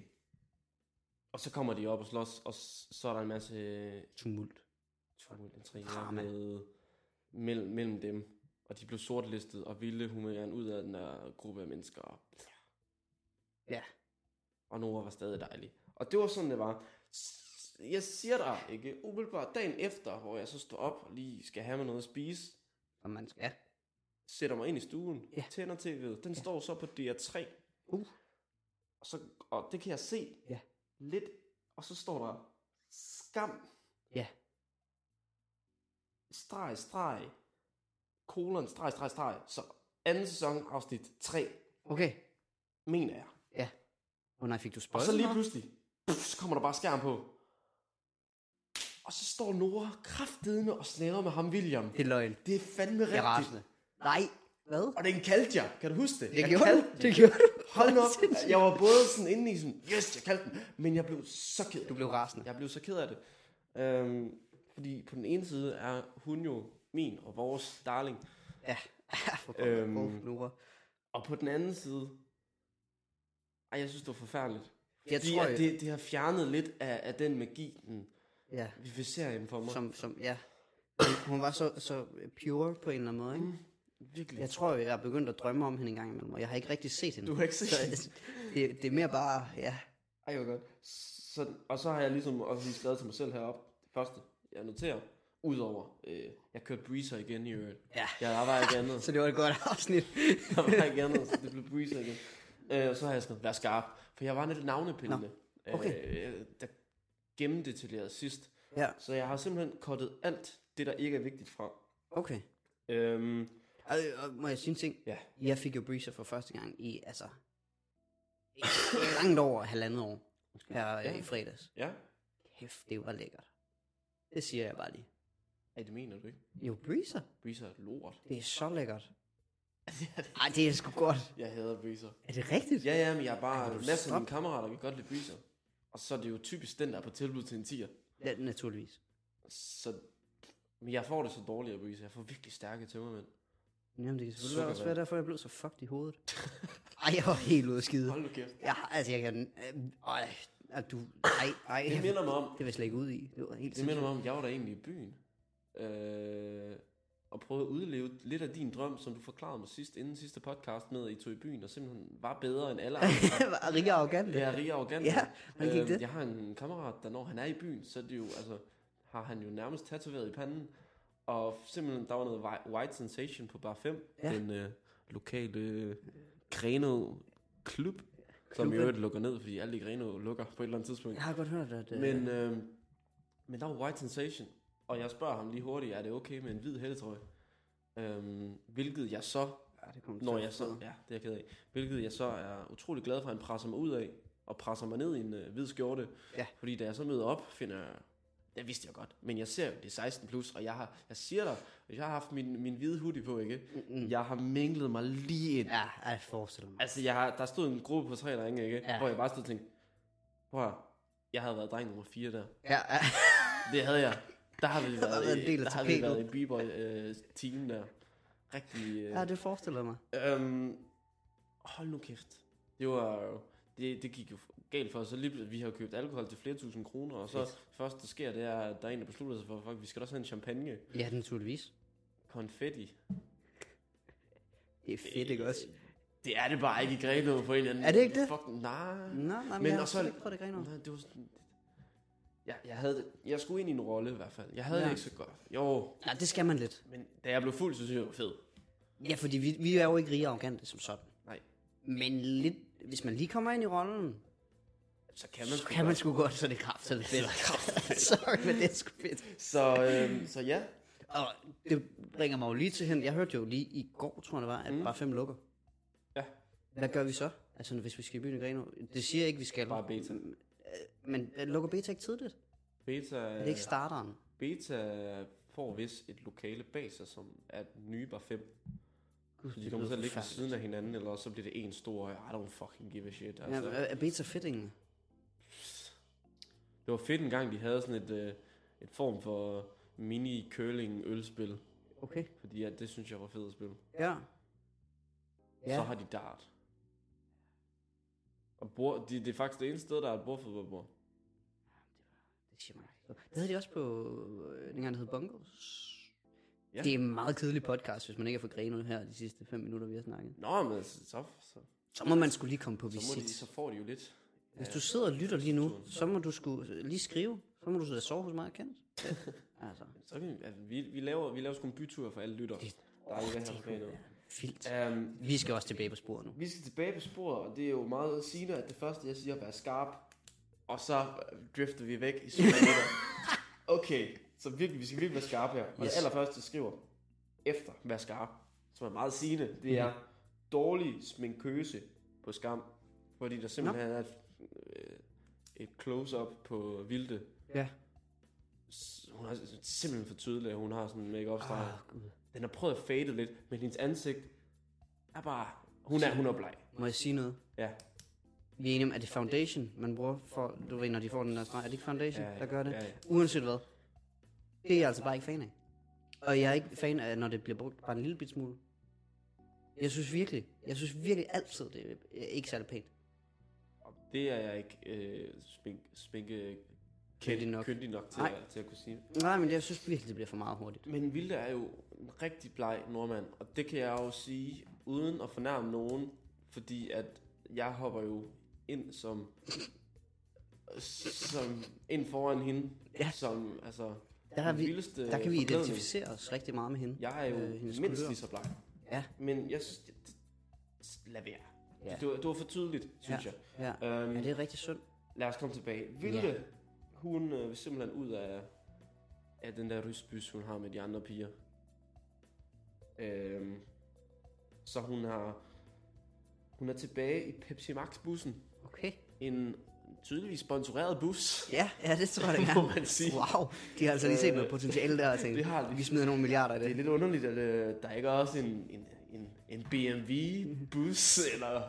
Speaker 1: Og så kommer de op og slås, og s- så er der en masse øh,
Speaker 2: Tumult.
Speaker 1: tumult intriger
Speaker 2: Drama.
Speaker 1: med, mellem, mellem dem. Og de blev sortlistet og ville humanitæren ud af den her gruppe af mennesker.
Speaker 2: Ja.
Speaker 1: Og Nora var stadig dejlig. Og det var sådan, det var. S- Jeg siger dig ikke, umiddelbart dagen efter, hvor jeg så står op og lige skal have mig noget at spise,
Speaker 2: Og man skal.
Speaker 1: sætter mig ind i stuen,
Speaker 2: Ja.
Speaker 1: tænder tv'et, den står så på DR3.
Speaker 2: Uh.
Speaker 1: Og, så, og det kan jeg se
Speaker 2: Ja.
Speaker 1: lidt, og så står der skam.
Speaker 2: Ja.
Speaker 1: Streg, streg, kolon, streg, streg, streg. Så anden sæson, afsnit 3,
Speaker 2: Okay.
Speaker 1: mener jeg.
Speaker 2: Ja. Åh oh, nej, fik du
Speaker 1: Og
Speaker 2: spoilet
Speaker 1: så lige
Speaker 2: noget?
Speaker 1: pludselig, pff, så kommer der bare skærm på. Og så står Nora kraftedende og snaver med ham William.
Speaker 2: Det er løgn.
Speaker 1: Det er fandme
Speaker 2: Jeg er
Speaker 1: rigtigt.
Speaker 2: rasende. Nej. Hvad?
Speaker 1: Og den kaldte jeg. Kan du huske det?
Speaker 2: Det
Speaker 1: jeg
Speaker 2: gjorde du.
Speaker 1: kaldte
Speaker 2: Det gjorde [laughs] du.
Speaker 1: Hold nu op. Jeg var både sådan inde i sådan, yes, jeg kaldte den. Men jeg blev så ked af
Speaker 2: Du
Speaker 1: det.
Speaker 2: blev rasende.
Speaker 1: Jeg blev så ked af det. Øhm, fordi på den ene side er hun jo min og vores darling.
Speaker 2: Ja. For
Speaker 1: Øhm.
Speaker 2: øhm. Nora.
Speaker 1: Og på den anden side... Ej, jeg synes, det var forfærdeligt.
Speaker 2: Jeg
Speaker 1: Fordi
Speaker 2: tror,
Speaker 1: at
Speaker 2: jeg-
Speaker 1: det, det har fjernet lidt af, af den magi, den
Speaker 2: Ja.
Speaker 1: viviserien for mig.
Speaker 2: Som, som, ja. Hun var så, så pure på en eller anden måde, ikke?
Speaker 1: Virkelig.
Speaker 2: Jeg tror, jeg er begyndt at drømme om hende en gang imellem, og jeg har ikke rigtig set hende.
Speaker 1: Du har ikke set
Speaker 2: så,
Speaker 1: hende.
Speaker 2: det, det er mere bare, ja.
Speaker 1: Ej, hvor godt. Så, og så har jeg ligesom også lige skrevet til mig selv heroppe. Det første, jeg noterer. Udover, øh, jeg kørte Breezer igen i øvrigt.
Speaker 2: Ja.
Speaker 1: Jeg, der var ikke
Speaker 2: [laughs]
Speaker 1: andet.
Speaker 2: Så det var et godt afsnit.
Speaker 1: Der var ikke andet, så det blev Breezer igen. Øh, så har jeg skrevet, vær skarp. For jeg var lidt navnepillende.
Speaker 2: Nå, okay.
Speaker 1: Øh, der gennemdetaljeret sidst.
Speaker 2: ja,
Speaker 1: Så jeg har simpelthen kottet alt det, der ikke er vigtigt fra.
Speaker 2: okay.
Speaker 1: Øhm,
Speaker 2: Og, og må jeg sige en ting?
Speaker 1: Ja.
Speaker 2: Jeg fik jo Breezer for første gang i, altså, langt over halvandet år her ja.
Speaker 1: Ja.
Speaker 2: i fredags.
Speaker 1: ja.
Speaker 2: Kæft, det var lækkert. Det siger jeg bare lige.
Speaker 1: Ej, det mener du ikke.
Speaker 2: Jo, Breezer,
Speaker 1: Breezer er et lort.
Speaker 2: det er så lækkert. Ej, det er sgu godt.
Speaker 1: Jeg hader [laughs] Breezer.
Speaker 2: Er det rigtigt?
Speaker 1: Ja, ja, men jeg er bare
Speaker 2: Ej, vil du
Speaker 1: masser af mine
Speaker 2: stoppe?
Speaker 1: kammerater, der kan godt lide Breezer. Og så er det jo typisk den, der er på tilbud til en 10'er.
Speaker 2: ja naturligvis.
Speaker 1: Så men jeg får det så dårligt af Breezer. Jeg får virkelig stærke tømmermænd.
Speaker 2: Jamen, det kan selvfølgelig
Speaker 1: Sukkervand.
Speaker 2: også være derfor, jeg blev så fucked i hovedet. Ej, jeg var helt ude af skide.
Speaker 1: Hold nu kæft.
Speaker 2: Jeg, har- altså, jeg kan... Øh, ej, at du... Ej, ej.
Speaker 1: Det minder mig om,
Speaker 2: det var jeg slet ikke ud i. Det var helt
Speaker 1: det minder
Speaker 2: sindssygt.
Speaker 1: mig om, jeg var der egentlig i byen. Øh, og prøvede at udleve lidt af din drøm, som du forklarede mig sidst, inden sidste podcast med, at I tog i byen, og simpelthen var bedre end alle [laughs] andre.
Speaker 2: Jeg [laughs] var rigtig arrogant.
Speaker 1: Det er rig arrogant. Øhm,
Speaker 2: Ja, hvordan gik det?
Speaker 1: Jeg har en kammerat, der når han er i byen, så er det jo, altså, har han jo nærmest tatoveret i panden. Og simpelthen, der var noget whi- White Sensation på Bar 5,
Speaker 2: Ja.
Speaker 1: den øh, lokale øh, Greno klub, som i
Speaker 2: Klubben.
Speaker 1: øvrigt lukker ned, fordi alle i Greno lukker på et eller andet tidspunkt.
Speaker 2: Jeg har godt hørt, at... Øh,
Speaker 1: Men, øh, men der var White Sensation, og jeg spørger ham lige hurtigt, er det okay med en hvid hættetrøje? Øhm, hvilket jeg så
Speaker 2: ja, Ah, det kom
Speaker 1: når
Speaker 2: til
Speaker 1: jeg
Speaker 2: at
Speaker 1: så, ja,
Speaker 2: sidde.
Speaker 1: det er jeg ked af. Hvilket jeg så er utrolig glad for, at han presser mig ud af, og presser mig ned i en øh, hvid skjorte.
Speaker 2: Ja.
Speaker 1: Fordi da jeg så møder op, finder jeg, det vidste jeg godt, men jeg ser jo, det er 16 plus, og jeg, har, jeg siger dig, hvis jeg har haft min, min hvide hoodie på, ikke?
Speaker 2: Mm-mm.
Speaker 1: Jeg har minglet mig lige ind.
Speaker 2: Ja, ej, jeg forestiller mig.
Speaker 1: Altså, jeg har, der stod en gruppe på tre drenge, ikke?
Speaker 2: Ja.
Speaker 1: Hvor jeg bare stod og tænkte, prøv at høre, jeg havde været dreng nummer 4 der.
Speaker 2: Ja, ja.
Speaker 1: Det havde jeg. Der
Speaker 2: [laughs]
Speaker 1: har vi
Speaker 2: været
Speaker 1: været,
Speaker 2: en del
Speaker 1: i,
Speaker 2: af
Speaker 1: der har vi
Speaker 2: tapetet.
Speaker 1: været i B-boy-teamen der. Rigtig... øh,
Speaker 2: ja, det forestiller jeg mig.
Speaker 1: Øhm, hold nu kæft. Det var jo- det, det gik jo galt for os. Så lige, pludselig- vi har jo købt alkohol til flere tusind kroner, og så
Speaker 2: Fedt.
Speaker 1: Fedt. først der sker, det er, at der er en, der beslutter sig for, fuck, vi skal da også have en champagne.
Speaker 2: Ja, naturligvis.
Speaker 1: Konfetti.
Speaker 2: Det er fedt, ikke også?
Speaker 1: Det er det bare ikke i Grenaa på en eller anden
Speaker 2: Er det ikke det?
Speaker 1: Fuck, nej.
Speaker 2: Nå, nej, men,
Speaker 1: Men
Speaker 2: men jeg har
Speaker 1: og så er
Speaker 2: slet
Speaker 1: det-
Speaker 2: ikke prøvet det grene
Speaker 1: nej det var sådan, jeg, jeg, havde det. jeg skulle ind i en rolle i hvert fald. Jeg havde ja.
Speaker 2: Ja.
Speaker 1: det ikke så godt. Jo,
Speaker 2: Ja, det skal man lidt.
Speaker 1: men da jeg blev fuld, så synes jeg, det var fed.
Speaker 2: Ja, fordi vi, vi er jo ikke rige arrogante som sådan.
Speaker 1: Nej.
Speaker 2: Men lidt, hvis man lige kommer ind i rollen,
Speaker 1: Så kan man
Speaker 2: så
Speaker 1: sgu
Speaker 2: kan man
Speaker 1: godt.
Speaker 2: sgu godt, så er det kraftedeme fedt. [laughs] Sorry, men det er sgu fedt.
Speaker 1: Så, øhm, så ja,
Speaker 2: Og det bringer mig jo lige til hen. Jeg hørte jo lige i går, tror jeg det var, at mm. bare fem lukker.
Speaker 1: Ja.
Speaker 2: Hvad gør vi så? Altså, hvis vi skal i byen i Grenaa? Det siger jeg ikke, vi skal. Øh,
Speaker 1: Bare beta.
Speaker 2: Men øh, lukker beta ikke tidligt?
Speaker 1: beta...
Speaker 2: Er det ikke starteren?
Speaker 1: Beta får vist et lokale bag sig, som er den nye bare 5.
Speaker 2: Gud,
Speaker 1: Så de kommer til at ligge ved
Speaker 2: forfærdeligt.
Speaker 1: siden af hinanden, eller også så bliver det en stor, I don't fucking give a shit.
Speaker 2: Ja,
Speaker 1: Altså,
Speaker 2: er- er beta fittingen?
Speaker 1: det var fedt en gang, de havde sådan et, øh, et form for mini-curling-ølspil,
Speaker 2: Okay.
Speaker 1: fordi at det synes jeg var fedt at spille.
Speaker 2: Ja.
Speaker 1: Ja.
Speaker 2: Ja.
Speaker 1: Så har de dart. Og bord, de, det er faktisk det eneste sted, der er et bordfodboldbord.
Speaker 2: Det siger mig ikke noget. Det havde de også på, øh, dengang det hed Bongos.
Speaker 1: Ja.
Speaker 2: Ja. Det er en meget kedelig podcast, hvis man ikke har fået grenet her de sidste fem minutter, vi har snakket.
Speaker 1: Nå, men så, så, så,
Speaker 2: Så må man skulle lige komme på
Speaker 1: så, må de,
Speaker 2: visit.
Speaker 1: så får de jo lidt.
Speaker 2: Hvis du sidder og lytter lige nu, så må du skulle lige skrive. Så må du sidde og sove hos mig og kendt. altså,
Speaker 1: Så kan vi, altså, vi, vi, laver, vi laver sgu en bytur for alle lytter.
Speaker 2: Det-
Speaker 1: Der er i det her lokale.
Speaker 2: fint.
Speaker 1: Øhm,
Speaker 2: Vi skal også tilbage på sporet nu.
Speaker 1: Vi skal tilbage på sporet, og det er jo meget sigende, at det første, jeg siger, er at være skarp. Og så øh, drifter vi væk i syv
Speaker 2: [laughs]
Speaker 1: minutter. Okay, så virkelig, vi skal virkelig være skarpe her. Og yes.
Speaker 2: Yes.
Speaker 1: det allerførste, jeg skriver efter være skarp, som er meget sigende, det
Speaker 2: Mhm.
Speaker 1: er dårlig sminkøse på skam. Fordi der simpelthen er et, øh, et close-up på Vilde,
Speaker 2: Ja.
Speaker 1: s- hun er simpelthen for tydelig, at hun har sådan en make-up streg.
Speaker 2: Åh,
Speaker 1: Oh.
Speaker 2: Ah, Gud.
Speaker 1: Den har prøvet at fade lidt, men hendes ansigt er bare... Hun er, hun er bleg.
Speaker 2: Må jeg sige noget?
Speaker 1: Ja,
Speaker 2: Vi er enige om, at det er foundation, man bruger for, du ved, når de får den der streg. Er det ikke foundation,
Speaker 1: Ja, ja,
Speaker 2: der gør det?
Speaker 1: ja, ja.
Speaker 2: Uanset hvad. Det er jeg altså bare ikke fan af. Og jeg er ikke fan af, når det bliver brugt bare en lille bit smule. Jeg synes virkelig, jeg synes virkelig altid, det er ikke særlig pænt.
Speaker 1: og det er jeg ikke øh, spink, spinke
Speaker 2: Kyndig nok.
Speaker 1: kyndig nok til,
Speaker 2: Nej.
Speaker 1: at, til at kunne sige.
Speaker 2: Nej, men jeg synes virkelig, det bliver for meget hurtigt.
Speaker 1: Men Vilde er jo en rigtig bleg nordmand, og det kan jeg jo sige uden at fornærme nogen, fordi at jeg hopper jo ind som som ind foran hende,
Speaker 2: Ja.
Speaker 1: som altså
Speaker 2: Der, har
Speaker 1: den
Speaker 2: vi,
Speaker 1: vildeste
Speaker 2: der kan vi
Speaker 1: forklædning.
Speaker 2: identificere os rigtig meget med hende.
Speaker 1: Jeg er jo
Speaker 2: øh,
Speaker 1: øh,
Speaker 2: hendes
Speaker 1: mindst
Speaker 2: kulør.
Speaker 1: lige så bleg.
Speaker 2: Ja.
Speaker 1: Men jeg synes, det- det- lad være.
Speaker 2: Ja.
Speaker 1: Ja. Det, var, det var for tydeligt, synes ja.
Speaker 2: Ja.
Speaker 1: jeg. Øhm,
Speaker 2: ja, det er rigtig synd.
Speaker 1: Lad os komme tilbage. Vilde, ja. hun øh, vil simpelthen ud af, af den der rysbys, hun har med de andre piger. Øhm, så hun har hun er tilbage i Pepsi Max bussen.
Speaker 2: Okay.
Speaker 1: En tydeligvis sponsoreret bus.
Speaker 2: Ja, ja
Speaker 1: [laughs]
Speaker 2: det tror jeg, [laughs] det
Speaker 1: Må man sige.
Speaker 2: Wow, de har altså lige set
Speaker 1: Øh,
Speaker 2: noget potentiale der og tænkt,
Speaker 1: det har de.
Speaker 2: vi smider nogle milliarder i
Speaker 1: Det er
Speaker 2: det.
Speaker 1: lidt underligt, at øh, der ikke er også en, en, en, en BMW-bus, eller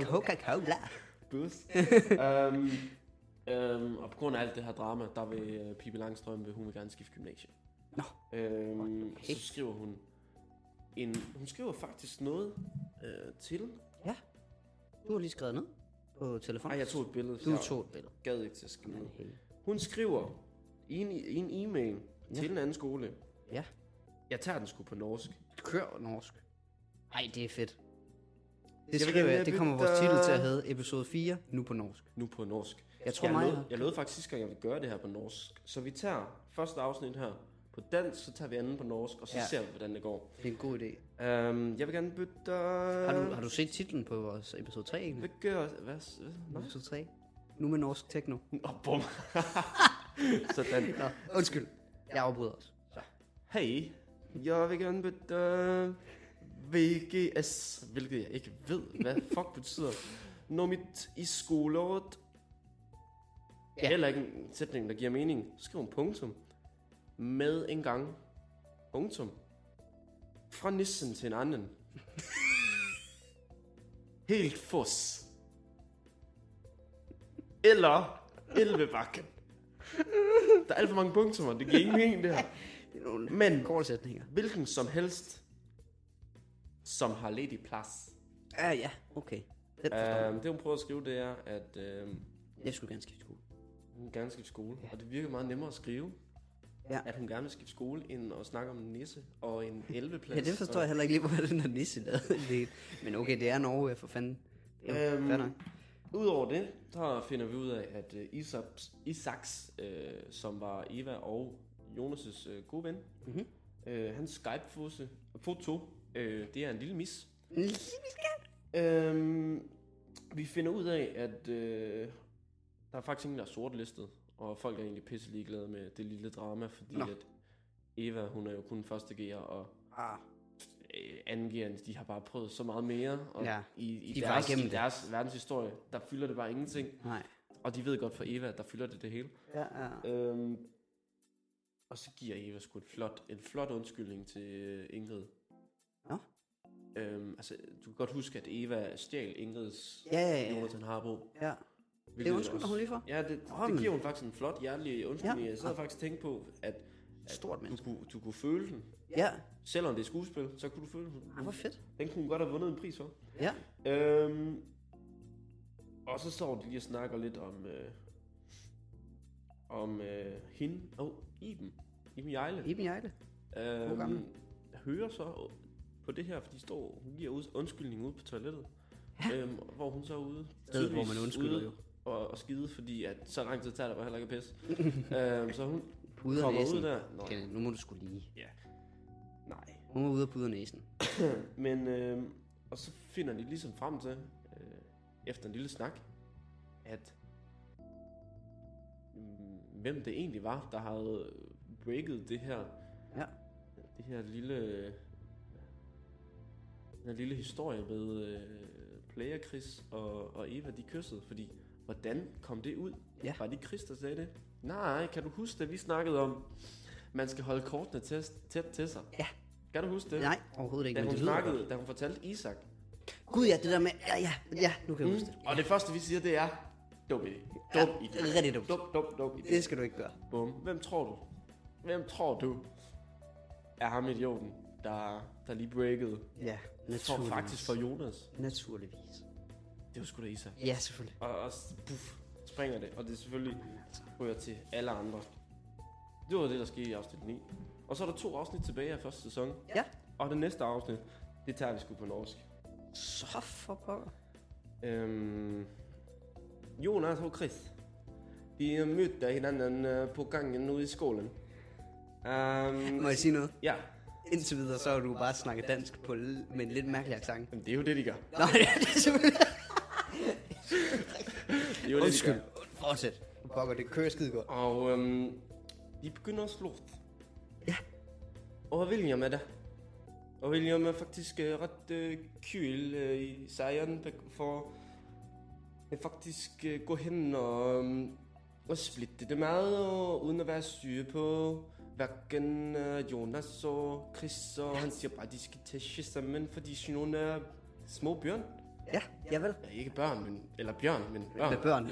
Speaker 2: Coca-Cola.
Speaker 1: bus.
Speaker 2: [laughs]
Speaker 1: øhm, øhm, og på grund af alt det her drama, der vil øh, Pippi Langstrømpe, hun vil gerne skifte gymnasie.
Speaker 2: Nå.
Speaker 1: Øhm,
Speaker 2: Okay.
Speaker 1: så skriver hun en, hun skriver faktisk noget øh, til.
Speaker 2: Ja. Du har lige skrevet ned på telefonen.
Speaker 1: Nej, jeg tog et billede.
Speaker 2: Du
Speaker 1: jeg
Speaker 2: tog et billede.
Speaker 1: Gad ikke til at skrive. ned. Hun skriver i en, i en e-mail
Speaker 2: Ja.
Speaker 1: til en anden skole.
Speaker 2: Ja.
Speaker 1: Jeg tager den sgu på norsk.
Speaker 2: Du kører norsk. Ej, det er fedt. Det,
Speaker 1: vil
Speaker 2: skriver
Speaker 1: gerne
Speaker 2: jeg, det
Speaker 1: have
Speaker 2: kommer vores
Speaker 1: bitter.
Speaker 2: titel til at hedde episode 4, nu på norsk.
Speaker 1: Nu på norsk.
Speaker 2: Jeg tror
Speaker 1: jeg,
Speaker 2: mig,
Speaker 1: lovede, jeg lovede faktisk sidste gang, jeg ville gøre det her på norsk. Så vi tager første afsnit her på dansk, så tager vi anden på norsk, og så
Speaker 2: Ja.
Speaker 1: ja. ser vi, hvordan det går.
Speaker 2: det er en god idé.
Speaker 1: Øhm, jeg vil gerne bytte...
Speaker 2: Har du, har du set titlen på vores episode 3 egentlig?
Speaker 1: Hvad gør... Hvad? hvad nej.
Speaker 2: Episode 3. Nu med norsk techno.
Speaker 1: Nå,
Speaker 2: [laughs]
Speaker 1: bum. Sådan.
Speaker 2: Nå, undskyld. Jeg afbryder os. Så.
Speaker 1: Hej, jeg vil gerne bytte VGS, hvilket jeg ikke ved,
Speaker 2: [laughs]
Speaker 1: hvad fuck betyder. Når mit i skoleåret...
Speaker 2: Ja.
Speaker 1: Ja. Heller ikke en sætning, der giver mening. Skriv en punktum. Med en gang. Punktum. Fra nissen til en
Speaker 2: [laughs]
Speaker 1: anden. Helt fos. Eller
Speaker 2: [laughs]
Speaker 1: elvebakken. Der er alt for mange punktummer. Det giver ingen mening, det her.
Speaker 2: Det er nogle
Speaker 1: Men
Speaker 2: korte sætninger.
Speaker 1: hvilken som helst, som har ledig plads.
Speaker 2: Ja, ja, okay. Den forstår jeg.
Speaker 1: Uh, det hun prøver at skrive, det er, at uh,
Speaker 2: Jeg skulle gerne skifte skole.
Speaker 1: hun gerne vil skifte skole. Og det virker meget nemmere at skrive,
Speaker 2: Ja.
Speaker 1: ja. at hun gerne vil skifte skole, end at snakke om en nisse og en 11-plads.
Speaker 2: [laughs] Ja, det forstår jeg heller ikke lige, hvor den der nisse lavede det hele. Men okay, det er Norge, for fanden. Jo,
Speaker 1: Øhm,
Speaker 2: fair nok.
Speaker 1: Udover det, så finder vi ud af, at uh, Isaks, Isaks øh, som var Eva og Jonas' øh, gode ven,
Speaker 2: Mhm.
Speaker 1: mm-hmm. øh, hans Skype-foto, øh, det er en lille mis. Øhm, vi finder ud af, at øh, der er faktisk ingen, der er sortlistet, og folk er egentlig pisse ligeglade med det lille drama, fordi
Speaker 2: Nå.
Speaker 1: Nå. at Eva, hun er jo kun første gear, og
Speaker 2: Ah,
Speaker 1: øh, anden gearne, de har bare prøvet så meget mere, og
Speaker 2: Ja,
Speaker 1: i, i,
Speaker 2: de var
Speaker 1: deres,
Speaker 2: igennem
Speaker 1: i
Speaker 2: det.
Speaker 1: deres verdenshistorie, der fylder det bare ingenting,
Speaker 2: nej.
Speaker 1: og de ved godt for Eva, at der fylder det det hele.
Speaker 2: Ja, ja.
Speaker 1: Øhm, og så giver Eva sgu et flot, en flot undskyldning til øh, Ingrid.
Speaker 2: Nå.
Speaker 1: Øhm, altså, du kan godt huske, at Eva stjal Ingrids
Speaker 2: Ja, ja, ja.
Speaker 1: Jonathan Harbo.
Speaker 2: ja. Øh, Det
Speaker 1: hvilket
Speaker 2: undskylder
Speaker 1: også-
Speaker 2: hun lige for.
Speaker 1: Ja, det,
Speaker 2: Åh, men-
Speaker 1: det giver hun faktisk en flot hjertelig undskyldning.
Speaker 2: Ja.
Speaker 1: Ja. Jeg sad og faktisk tænkte på, at, at
Speaker 2: Stort
Speaker 1: du,
Speaker 2: menneske.
Speaker 1: kunne, du kunne føle den.
Speaker 2: Ja,
Speaker 1: Selvom det er skuespil, så kunne du føle den.
Speaker 2: ah, hvor fedt.
Speaker 1: Den kunne hun godt have vundet en pris for.
Speaker 2: Ja.
Speaker 1: Øhm, og så står de lige og snakker lidt om, øh, om øh, hende og oh, Iben. Iben Jejle.
Speaker 2: Iben Jejle. God gammel.
Speaker 1: Øhm, hører så på det her, fordi står, hun giver ud- undskyldning ude på toilettet. Øhm, hvor hun så er ude.
Speaker 2: Sted, hvor man
Speaker 1: tydeligvis
Speaker 2: undskylder
Speaker 1: ude
Speaker 2: [laughs] jo.
Speaker 1: Og, og skide, fordi at så lang tid tager det bare heller ikke at pisse. øhm, så hun
Speaker 2: Puder
Speaker 1: kommer
Speaker 2: næsen.
Speaker 1: ud der. Nå,
Speaker 2: Okay, nu må du skulle lige.
Speaker 1: nej.
Speaker 2: Hun var ude og puder næsen.
Speaker 1: Men, øhm, og så finder de ligesom frem til, øh, efter en lille snak, at mm, hvem det egentlig var, der havde breaket det her
Speaker 2: Ja.
Speaker 1: det her lille den her lille historie med øh, Player Chris og, og Eva, de kyssede, fordi hvordan kom det ud?
Speaker 2: Ja.
Speaker 1: Var det Chris, der sagde det? Nej, kan du huske, da vi snakkede om, Man skal holde kortene tæt, tæt til sig.
Speaker 2: Ja.
Speaker 1: Kan du huske det?
Speaker 2: Nej, overhovedet ikke.
Speaker 1: Da
Speaker 2: men
Speaker 1: hun
Speaker 2: det lyder
Speaker 1: snakkede, da hun fortalte Isak. Mm.
Speaker 2: godt. Gud ja, det der med, ja, ja, ja, nu kan jeg huske det.
Speaker 1: Og det første, vi siger, det er, dum idé.
Speaker 2: Ja,
Speaker 1: Dum idé.
Speaker 2: rigtig dumt.
Speaker 1: Dum, dum, dum idé.
Speaker 2: Det skal du ikke gøre.
Speaker 1: Bum. Hvem tror du? Hvem tror du er ham idioten, der, der lige breakede?
Speaker 2: Ja,
Speaker 1: For,
Speaker 2: naturligvis.
Speaker 1: faktisk for Jonas.
Speaker 2: Naturligvis.
Speaker 1: Det var sgu da Isak.
Speaker 2: Ja, selvfølgelig. altså,
Speaker 1: Og, og s- puff, springer det. Og det er selvfølgelig ryger til alle andre. Det var det, der skete i afsnit 9. Og så er der to afsnit tilbage af første sæson.
Speaker 2: Ja.
Speaker 1: Og det næste afsnit, det tager vi sgu på norsk.
Speaker 2: Så for pokker.
Speaker 1: Øhm, Jonas og Chris, de mødte hinanden øh, på gangen ude i skolen. Um,
Speaker 2: Må jeg sige noget?
Speaker 1: ja,
Speaker 2: Indtil videre, så har du bare snakket dansk på, l- med en lidt mærkelig accent.
Speaker 1: Jamen, det er jo det, de gør.
Speaker 2: Nå, ja, det er selvfølgelig...
Speaker 1: Det er jo det, de
Speaker 2: Undskyld.
Speaker 1: gør.
Speaker 2: Fortsæt. Pokker, det kører skide godt.
Speaker 1: Og øhm, de begynder at slå.
Speaker 2: Ja.
Speaker 1: Og William er der. Og William er faktisk øh, ret øh, kyl øh, i sejren, der- for at faktisk øh, gå hen og, øh, og splitte det meget, og, uden at være syge på hverken øh, Jonas og Chris, og han siger bare, at de skal tæsche sammen, fordi sådan nogle er små bjørn.
Speaker 2: Ja, javel.
Speaker 1: Ja, ikke børn, men, eller bjørn, men børn.
Speaker 2: Med børn.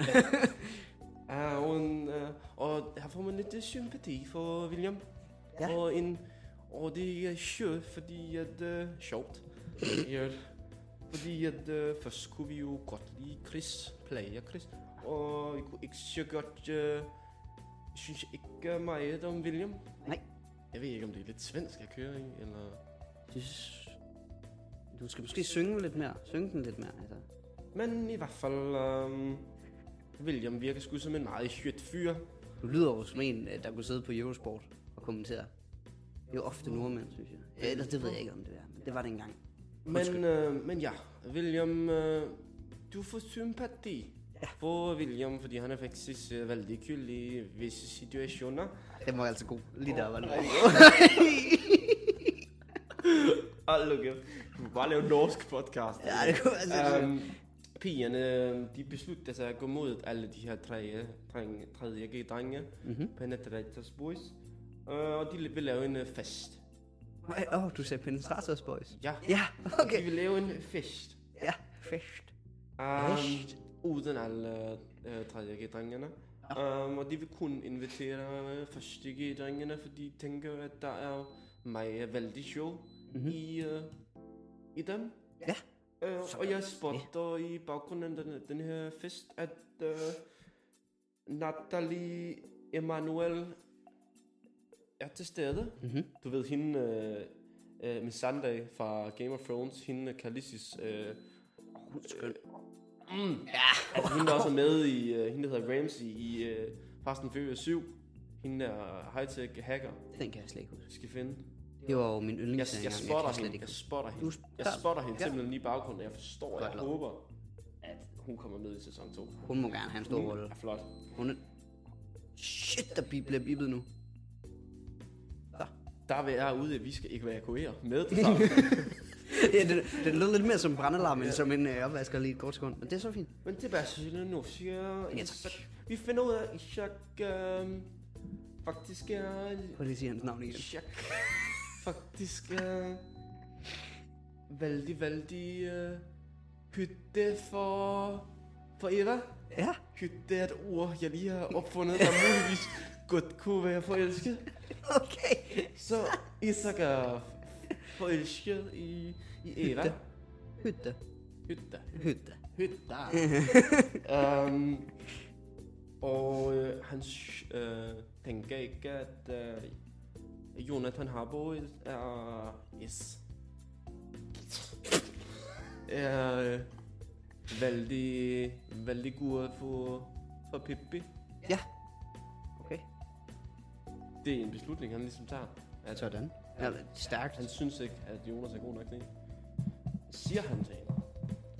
Speaker 1: Ja, og, en, øh, og her får man lidt øh, sympati for William.
Speaker 2: Ja.
Speaker 1: Og, en, og det er sjovt, fordi at... Øh, sjovt. i øvrigt. fordi at øh, først kunne vi jo godt lide Chris, player Chris, og vi kunne ikke så godt... Øh, synes jeg ikke øh, meget om William.
Speaker 2: Nej.
Speaker 1: Jeg ved ikke, om det er lidt svensk at køre i, eller...
Speaker 2: Det- Du skal måske synge lidt mere. Synge den lidt mere, altså.
Speaker 1: Men i hvert fald... Øh, William virker sgu som en meget sjovt fyr.
Speaker 2: Du lyder jo som en, øh, der kunne sidde på Eurosport og kommentere. Det er jo ofte nordmænd, synes jeg. Ja, Ellers det ved jeg ikke, om det er. Men det var det engang.
Speaker 1: Men, øh, men ja, William, øh, du får sympati for William, fordi han er faktisk øh, veldig kul i visse situationer.
Speaker 2: Den var altså god. Lige der var den.
Speaker 1: Hold nu kæft. Ah, Du kan bare lave norsk podcast.
Speaker 2: Ja, det kunne være sindssygt.
Speaker 1: um, Pigerne, øh, de beslutter sig at gå mod alle de her tredje, drenge, tredje G-drenge,
Speaker 2: Øhm. Mhm.
Speaker 1: mm-hmm. Penetrators Boys, øh, og de vil lave en øh, fest.
Speaker 2: Åh, oh, du sagde Penetrators Boys.
Speaker 1: Ja,
Speaker 2: Ja,
Speaker 1: de
Speaker 2: okay.
Speaker 1: vil lave en fest.
Speaker 2: Ja, fest.
Speaker 1: Um,
Speaker 2: Fest.
Speaker 1: uden alle øh, 3G-drengene. Um, og de vil kun invitere øh, 1G-drengene, for de tænker, at der er mig vældig sjov mm-hmm. i, øh, i dem.
Speaker 2: Ja.
Speaker 1: Øh, og jeg spotter i baggrunden af den, den her fest, at øh, Natalie Emanuel er til stede.
Speaker 2: Mhm.
Speaker 1: Du ved, hende øh, øh, med Sunday fra Game of Thrones, hende Khaleesi's øh,
Speaker 2: Hun er skøn.
Speaker 1: Mm. Ja. Altså, hende der også er med i, uh, hende der hedder Ramsey i uh, Fast and Furious 7. Hende der high-tech hacker,
Speaker 2: Den kan jeg slet ikke huske.
Speaker 1: vi skal finde.
Speaker 2: Det var jo min
Speaker 1: Jeg,
Speaker 2: yndlingsserie.
Speaker 1: jeg
Speaker 2: engang.
Speaker 1: spotter
Speaker 2: kan slet
Speaker 1: hende,
Speaker 2: ikke
Speaker 1: jeg
Speaker 2: huske.
Speaker 1: spotter
Speaker 2: Du
Speaker 1: hende. Jeg
Speaker 2: spotter-
Speaker 1: spotter hende
Speaker 2: Ja.
Speaker 1: simpelthen lige i baggrunden, og jeg forstår, jeg
Speaker 2: Godt nok.
Speaker 1: håber, at hun kommer med i sæson 2.
Speaker 2: Hun må gerne have en stor
Speaker 1: Hun
Speaker 2: rolle.
Speaker 1: er flot.
Speaker 2: Hun er... Shit, der bi- bliver bippet nu. [laughs]
Speaker 1: Der vil jeg ude, at vi skal evakuere med det
Speaker 2: [laughs]
Speaker 1: samme.
Speaker 2: ja, det, det lød lidt mere som brandalarm, end som en øh, opvasker lige et kort sekund. Men det er så fint.
Speaker 1: Men tilbage til nu siger
Speaker 2: tak.
Speaker 1: Isak. Vi finder ud af, at Isak øhm, faktisk er
Speaker 2: Prøv lige at sige hans navn igen.
Speaker 1: Jeg faktisk er vældig, vældig uh, hytte for, for Eva.
Speaker 2: Ja.
Speaker 1: Hytte er et ord, jeg lige har opfundet, der muligvis godt kunne være forelsket.
Speaker 2: Okay.
Speaker 1: Så Isak er forelsket i, i Eva.
Speaker 2: Hytte.
Speaker 1: Hytte.
Speaker 2: Hytte.
Speaker 1: Hytte. um, og øh, han øh, tænker ikke, at øh, Jonathan Harbo er... Yes. er øh, vældig, vældig god for, for Pippi.
Speaker 2: Ja. Okay.
Speaker 1: Det er en beslutning, han ligesom tager. At
Speaker 2: Sådan. Ja, det er stærkt.
Speaker 1: han synes ikke, at Jonas er god nok til hende. Siger han til hende.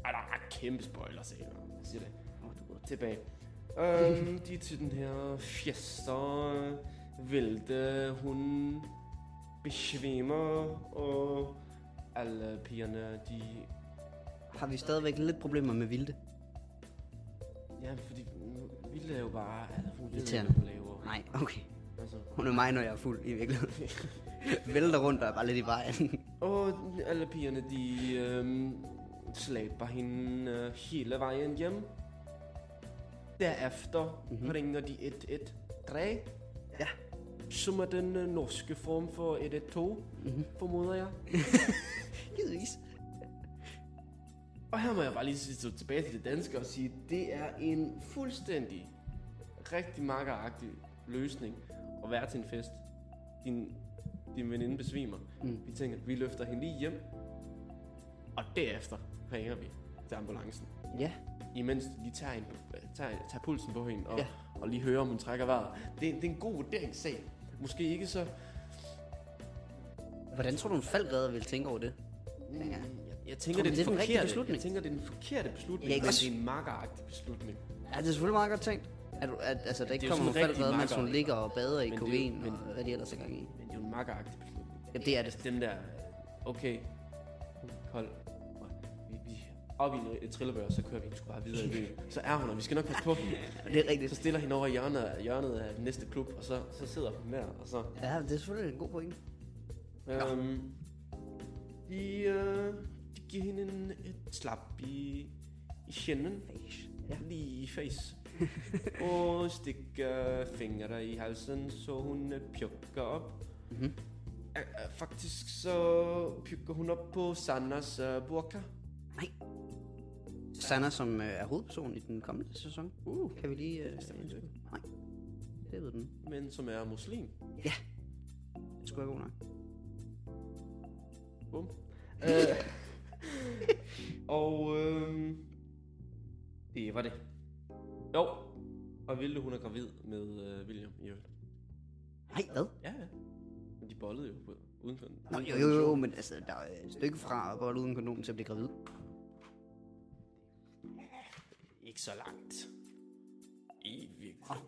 Speaker 1: Ej, der er kæmpe spoiler, siger han. Han siger det.
Speaker 2: Åh, du er-
Speaker 1: tilbage. Øhm, de er til den her fjester, vælte, hun besvimer, og alle pigerne, de...
Speaker 2: Har vi stadigvæk lidt problemer med Vilde?
Speaker 1: Ja, fordi mm, vi laver bare... Altså, hun ved, ikke,
Speaker 2: Irriterende.
Speaker 1: hvad hun laver.
Speaker 2: Nej, okay.
Speaker 1: Altså.
Speaker 2: Hun er mig, når jeg er fuld i
Speaker 1: [laughs]
Speaker 2: virkeligheden. Vælter rundt og er bare lidt i vejen. [laughs]
Speaker 1: Og alle pigerne, de øhm, slæber hende øh, hele vejen hjem. Derefter mm-hmm. ringer de 113.
Speaker 2: Ja.
Speaker 1: Som er den øh, norske form for 112, mm-hmm. formoder jeg.
Speaker 2: Givetvis.
Speaker 1: Og her må jeg bare lige sige tilbage til det danske og sige, det er en fuldstændig, rigtig makkeragtig løsning at være til en fest. Din, din veninde besvimer.
Speaker 2: Mm.
Speaker 1: Mm. Vi tænker, vi løfter hende lige hjem, og derefter ringer vi til ambulancen.
Speaker 2: Ja.
Speaker 1: Imens de lige tager, en, tager, tager pulsen på hende, og,
Speaker 2: Ja.
Speaker 1: ja. og lige hører, om hun trækker vejret. Det, er- det er en god vurderingssag. Måske ikke så...
Speaker 2: Hvordan tror du, en faldredder ville tænke over det?
Speaker 1: Mm, Jeg,
Speaker 2: Ja.
Speaker 1: jeg
Speaker 2: Tror
Speaker 1: tænker,
Speaker 2: du,
Speaker 1: det
Speaker 2: det
Speaker 1: er
Speaker 2: er den
Speaker 1: den
Speaker 2: rigtige
Speaker 1: forkerte beslutning.
Speaker 2: beslutning?
Speaker 1: Jeg tænker, det er den forkerte beslutning,
Speaker 2: Ja,
Speaker 1: ja,
Speaker 2: ikke
Speaker 1: men
Speaker 2: også?
Speaker 1: det er en makkeragtig beslutning.
Speaker 2: Ja, det er selvfølgelig meget godt tænkt. At, at, altså, der ikke
Speaker 1: jo
Speaker 2: kommer
Speaker 1: sådan
Speaker 2: nogen
Speaker 1: rigtig
Speaker 2: faldredder, mens
Speaker 1: makker.
Speaker 2: hun ligger og bader i
Speaker 1: Men det er jo-
Speaker 2: kokain
Speaker 1: men-
Speaker 2: og hvad de ellers er gang i.
Speaker 1: Men det er jo en makkeragtig beslutning.
Speaker 2: Ja, det er det.
Speaker 1: Altså dem der, okay, kold, vi, vi op i et trillebør, så kører vi sgu bare videre i byen. Så er hun, og vi skal nok passe på hende.
Speaker 2: Det er rigtigt.
Speaker 1: Så stiller hende over i hjørnet, af- hjørnet af den næste klub, og så, så sidder hun der, og så...
Speaker 2: Ja, det er selvfølgelig en god point.
Speaker 1: Øhm, de, øh, de giver hende en, et slap i, i kinden.
Speaker 2: Ja.
Speaker 1: Lige i face. [laughs] og stikker fingre i halsen, så hun øh, pjukker op.
Speaker 2: Mm-hmm.
Speaker 1: Øh, øh, Faktisk så pjukker hun op på Sanders øh, burka.
Speaker 2: Sander, som øh, er hovedperson i den kommende sæson.
Speaker 1: Uh,
Speaker 2: Kan vi lige... Øh,
Speaker 1: det er ikke.
Speaker 2: nej, det ved den.
Speaker 1: Men som er muslim.
Speaker 2: Det skulle være god nok.
Speaker 1: Bum. Øh, og øh, det var det. Jo, og Vilde hun er gravid med øh, William i øvrigt.
Speaker 2: Nej, hvad?
Speaker 1: Ja, ja. Men de bollede jo på, uden for den.
Speaker 2: Nå, jo, jo, jo, men altså, der er et stykke fra at bolle uden kondom til at blive gravid.
Speaker 1: Ikke så langt. I virkeligheden.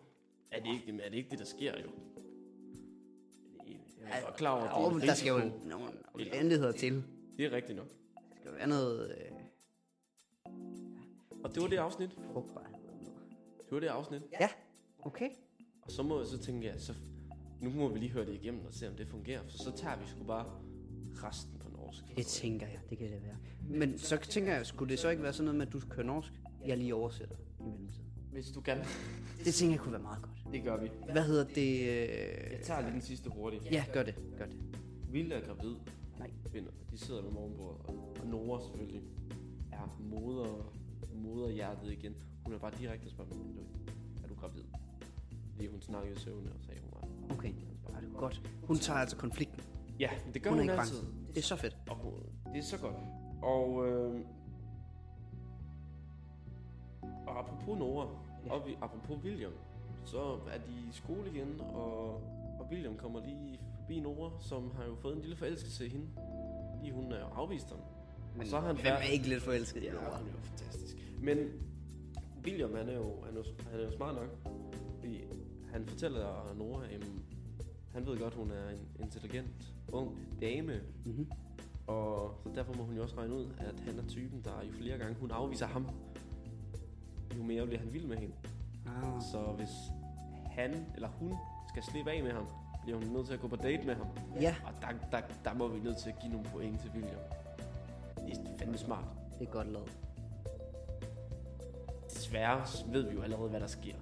Speaker 1: Er det ikke, er det, ikke det, der sker jo? Jeg er godt klar over, at det er
Speaker 2: Jo,
Speaker 1: en
Speaker 2: men der skal jo
Speaker 1: risiko.
Speaker 2: nogle omstændigheder til.
Speaker 1: Det er rigtigt nok.
Speaker 2: Der skal jo være noget øh,
Speaker 1: Og det var det afsnit.
Speaker 2: frugtbarhed.
Speaker 1: Det var det afsnit.
Speaker 2: Ja, okay.
Speaker 1: Og så, må, så tænker jeg, så nu må vi lige høre det igennem og se, om det fungerer. For så tager vi sgu bare resten på norsk.
Speaker 2: Det tænker jeg, det kan det være. Men så tænker jeg, skulle det så ikke være sådan noget med, at du kører norsk? Jeg lige oversætter i mellemtiden.
Speaker 1: Hvis du kan.
Speaker 2: Det tænker jeg kunne være meget godt.
Speaker 1: Det gør vi.
Speaker 2: Hvad hedder det? Øh,
Speaker 1: Jeg tager lige den sidste hurtigt.
Speaker 2: ja, gør det, gør det.
Speaker 1: Vilde er gravid.
Speaker 2: Nej.
Speaker 1: Vinder. De sidder ved morgenbordet. Og- Og Nora selvfølgelig er moder, moderhjertet igen. Hun er bare direkte og spørger, er du, er du gravid? Fordi hun snakkede i søvne og sagde, hun var.
Speaker 2: Okay, er det godt. Hun tager altså konflikten.
Speaker 1: Ja, men det gør
Speaker 2: hun
Speaker 1: hun,
Speaker 2: er ikke
Speaker 1: altid.
Speaker 2: bange. Det er så fedt.
Speaker 1: Og hun- det er så godt. Og, øh, og apropos Nora,
Speaker 2: Ja.
Speaker 1: ja. og vi, apropos William, så er de i skole igen, og, og William kommer lige forbi Nora, som har jo fået en lille forelskelse i hende, fordi hun er afvist ham.
Speaker 2: Men
Speaker 1: så har han
Speaker 2: hvem
Speaker 1: været-
Speaker 2: er ikke lidt forelsket i
Speaker 1: Ja,
Speaker 2: Nora?
Speaker 1: hun er jo fantastisk. Men William, han er jo, han er, jo- han er jo smart nok, fordi han fortæller Nora, at han ved godt, hun er en intelligent, ung dame,
Speaker 2: Mm-hmm.
Speaker 1: og så derfor må hun jo også regne ud, at han er typen, der jo flere gange hun afviser ham, jo mere bliver han vild med hende.
Speaker 2: Ah.
Speaker 1: Så hvis han eller hun skal slippe af med ham, bliver hun nødt til at gå på date med ham.
Speaker 2: Ja,
Speaker 1: Og der, der, der må vi nødt til at give nogle point til William. Det er fandme smart.
Speaker 2: det er godt lavet.
Speaker 1: Desværre ved vi jo allerede, hvad der sker.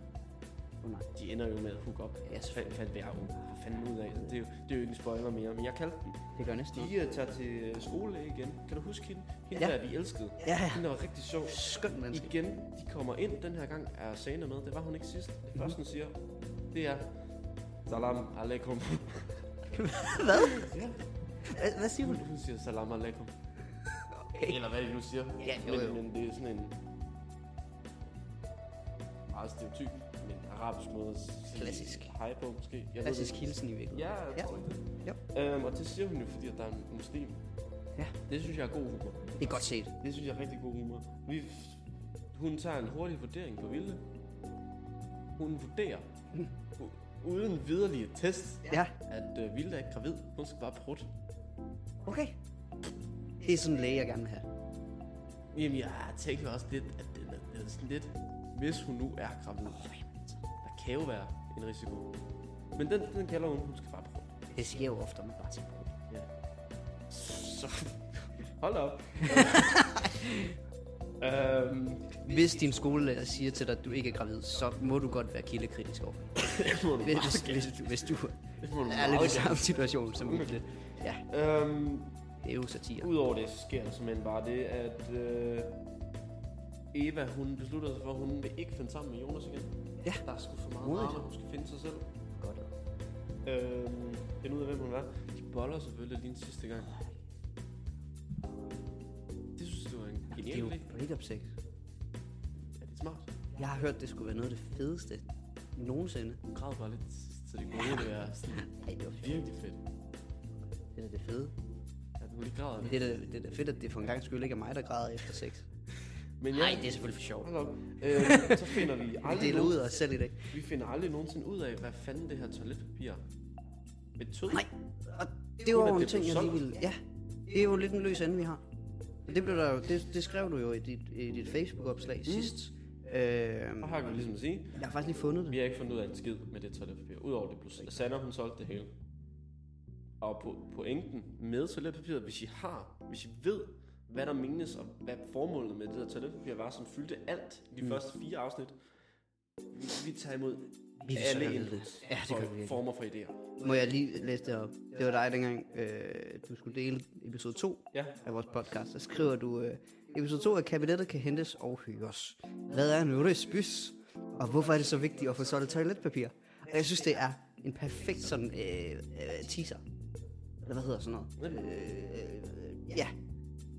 Speaker 2: Oh, nej.
Speaker 1: De ender jo med at hook op.
Speaker 2: Ja,
Speaker 1: Fandt, fandt jeg jo fandme ud af. Så det, er jo, det er jo ikke en spoiler mere, men jeg kaldte den.
Speaker 2: Det gør næsten noget.
Speaker 1: De øh, tager til øh, skole igen. Kan du huske hende? Hende
Speaker 2: Ja.
Speaker 1: der, vi elskede.
Speaker 2: Ja, ja.
Speaker 1: Hende var rigtig sjov.
Speaker 2: Skønt menneske.
Speaker 1: Igen, de kommer ind. Den her gang er Sana med. Det var hun ikke sidst. Det første, hun
Speaker 2: Mhm.
Speaker 1: siger, det er... Salam
Speaker 2: [laughs]
Speaker 1: alaikum.
Speaker 2: Hvad?
Speaker 1: Ja.
Speaker 2: Hvad, hvad siger
Speaker 1: Hun,
Speaker 2: hun?
Speaker 1: hun siger salam alaikum.
Speaker 2: Okay.
Speaker 1: Eller hvad det nu siger.
Speaker 2: Ja, jo,
Speaker 1: men,
Speaker 2: jo.
Speaker 1: men det er sådan en... Meget stereotyp, men arabisk måde at sige
Speaker 2: Klassisk.
Speaker 1: hej på, måske. Jeg ved det
Speaker 2: Klassisk
Speaker 1: ikke.
Speaker 2: hilsen i virkeligheden.
Speaker 1: Ja, jeg
Speaker 2: Ja.
Speaker 1: tror ikke
Speaker 2: Jo.
Speaker 1: det. Øhm, og det siger hun jo, fordi at der er en muslim.
Speaker 2: Ja.
Speaker 1: Det synes jeg er god humor.
Speaker 2: Det er godt set.
Speaker 1: Det synes jeg er rigtig god humor. Vi, hun tager en hurtig vurdering på Vilde. Hun vurderer, u- uden viderelige test,
Speaker 2: Ja,
Speaker 1: at øh, Vilde er ikke gravid. Hun skal bare prutte.
Speaker 2: okay. Det er sådan en læge, jeg gerne vil have.
Speaker 1: Jamen, jeg tænker også lidt, at det er, det er sådan lidt, hvis hun nu er gravid, der kan jo være en risiko. Men den, den kalder hun, hun skal bare prøve.
Speaker 2: Det sker jo ofte, at man bare tænker,
Speaker 1: Ja. Så, hold da
Speaker 2: [laughs]
Speaker 1: op. øhm, [laughs]
Speaker 2: hvis din skolelærer siger til dig, at du ikke er gravid, så må du godt være kildekritisk over. for det.
Speaker 1: det må du
Speaker 2: Hvis,
Speaker 1: meget
Speaker 2: hvis, du, hvis du
Speaker 1: Det må du
Speaker 2: er lidt
Speaker 1: meget
Speaker 2: i samme situation som vi lidt. Ja,
Speaker 1: gerne. Øhm,
Speaker 2: det er jo satire.
Speaker 1: Udover det, så sker der simpelthen bare det, at øh, Eva, hun beslutter sig for, at hun vil ikke finde sammen med Jonas igen.
Speaker 2: Ja.
Speaker 1: Der er sgu for meget
Speaker 2: Modigt.
Speaker 1: drama, hun skal finde sig selv.
Speaker 2: Godt.
Speaker 1: Øh, finde ud af, hvem hun er. De boller selvfølgelig lige en sidste gang. Det synes du er en
Speaker 2: Det er
Speaker 1: genial
Speaker 2: jo
Speaker 1: idé.
Speaker 2: breakup sex.
Speaker 1: Er det smart?
Speaker 2: Jeg har hørt, det skulle være noget af det fedeste nogensinde.
Speaker 1: Hun græd bare lidt, så det kunne egentlig være sådan
Speaker 2: Ej, det var fedt.
Speaker 1: virkelig fedt.
Speaker 2: Det er da det fede.
Speaker 1: At hun lige græder
Speaker 2: Det er, da, det er da fedt, at det for en gang skyld ikke er mig, der græder efter sex.
Speaker 1: Men
Speaker 2: Nej, det er selvfølgelig for sjovt.
Speaker 1: Hold op. Øh, så finder vi
Speaker 2: [laughs] Vi
Speaker 1: aldrig
Speaker 2: deler ud
Speaker 1: nogen,
Speaker 2: af os selv i dag.
Speaker 1: vi finder aldrig nogensinde ud af, hvad fanden det her toiletpapir betød.
Speaker 2: Nej, og det var
Speaker 1: Kun at
Speaker 2: jo en
Speaker 1: det
Speaker 2: ting,
Speaker 1: blev
Speaker 2: jeg lige
Speaker 1: solgt.
Speaker 2: ville... Ja, det er jo lidt en løs ende, vi har. Og det, blev der jo, det, det skrev du jo i dit, i dit Facebook-opslag mm. sidst. Øh,
Speaker 1: Så har vi ligesom at sige,
Speaker 2: jeg har faktisk lige fundet det.
Speaker 1: vi har ikke fundet ud af en skid med det toiletpapir. Udover det plus Sanna, hun solgte det hele. Og på, pointen med toiletpapiret, hvis I har, hvis I ved, hvad der menes, og hvad formålet med det der toiletpapir var, som fyldte alt i de mm. første fire afsnit, vi, vi tager imod
Speaker 2: Vi vil så
Speaker 1: alle
Speaker 2: gerne vide
Speaker 1: inputs
Speaker 2: det. Ja, det gør
Speaker 1: for-
Speaker 2: vi virkelig.
Speaker 1: former for idéer.
Speaker 2: Må jeg lige læse det op? Det var dig dengang, øh, du skulle dele episode 2
Speaker 1: Ja.
Speaker 2: af vores podcast. Der skriver du, øh, episode 2 af kabinettet kan hentes og høres. Hvad er en ulyspys? Og hvorfor er det så vigtigt at få solgt toiletpapir? Og jeg synes, det er en perfekt sådan øh, øh, teaser. Eller hvad hedder sådan noget? Øh, øh, ja,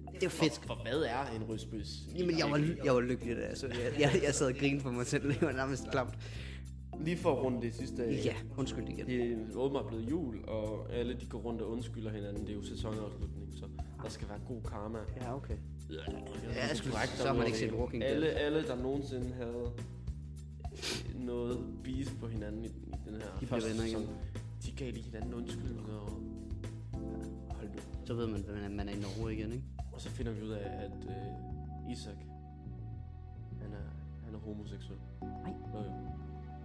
Speaker 2: det er jo fedt.
Speaker 1: For hvad er en rødspøs?
Speaker 2: Jamen, jeg var, ly- jeg var lykkelig, da jeg så det. Jeg, jeg, jeg sad og grinede for mig selv. [laughs] Det var nærmest klamt.
Speaker 1: Lige for at runde det sidste af.
Speaker 2: Ja, undskyld igen.
Speaker 1: Det er åbenbart blevet jul, og alle de går rundt og undskylder hinanden. Det er jo sæsonafslutning, så der skal være god karma.
Speaker 2: Ja, okay.
Speaker 1: Ja,
Speaker 2: jeg skulle- så har man ikke set Walking Dead.
Speaker 1: alle, Alle, der nogensinde havde noget beef på hinanden i, i den her
Speaker 2: blev
Speaker 1: første
Speaker 2: venner
Speaker 1: sæson,
Speaker 2: igen.
Speaker 1: de gav lige hinanden undskyldninger og hold nu.
Speaker 2: Så ved man, at man er i Norge igen, ikke?
Speaker 1: Og så finder vi ud af, at øh, Isak, han er, han er homoseksuel.
Speaker 2: Nej.
Speaker 1: Jo, jo.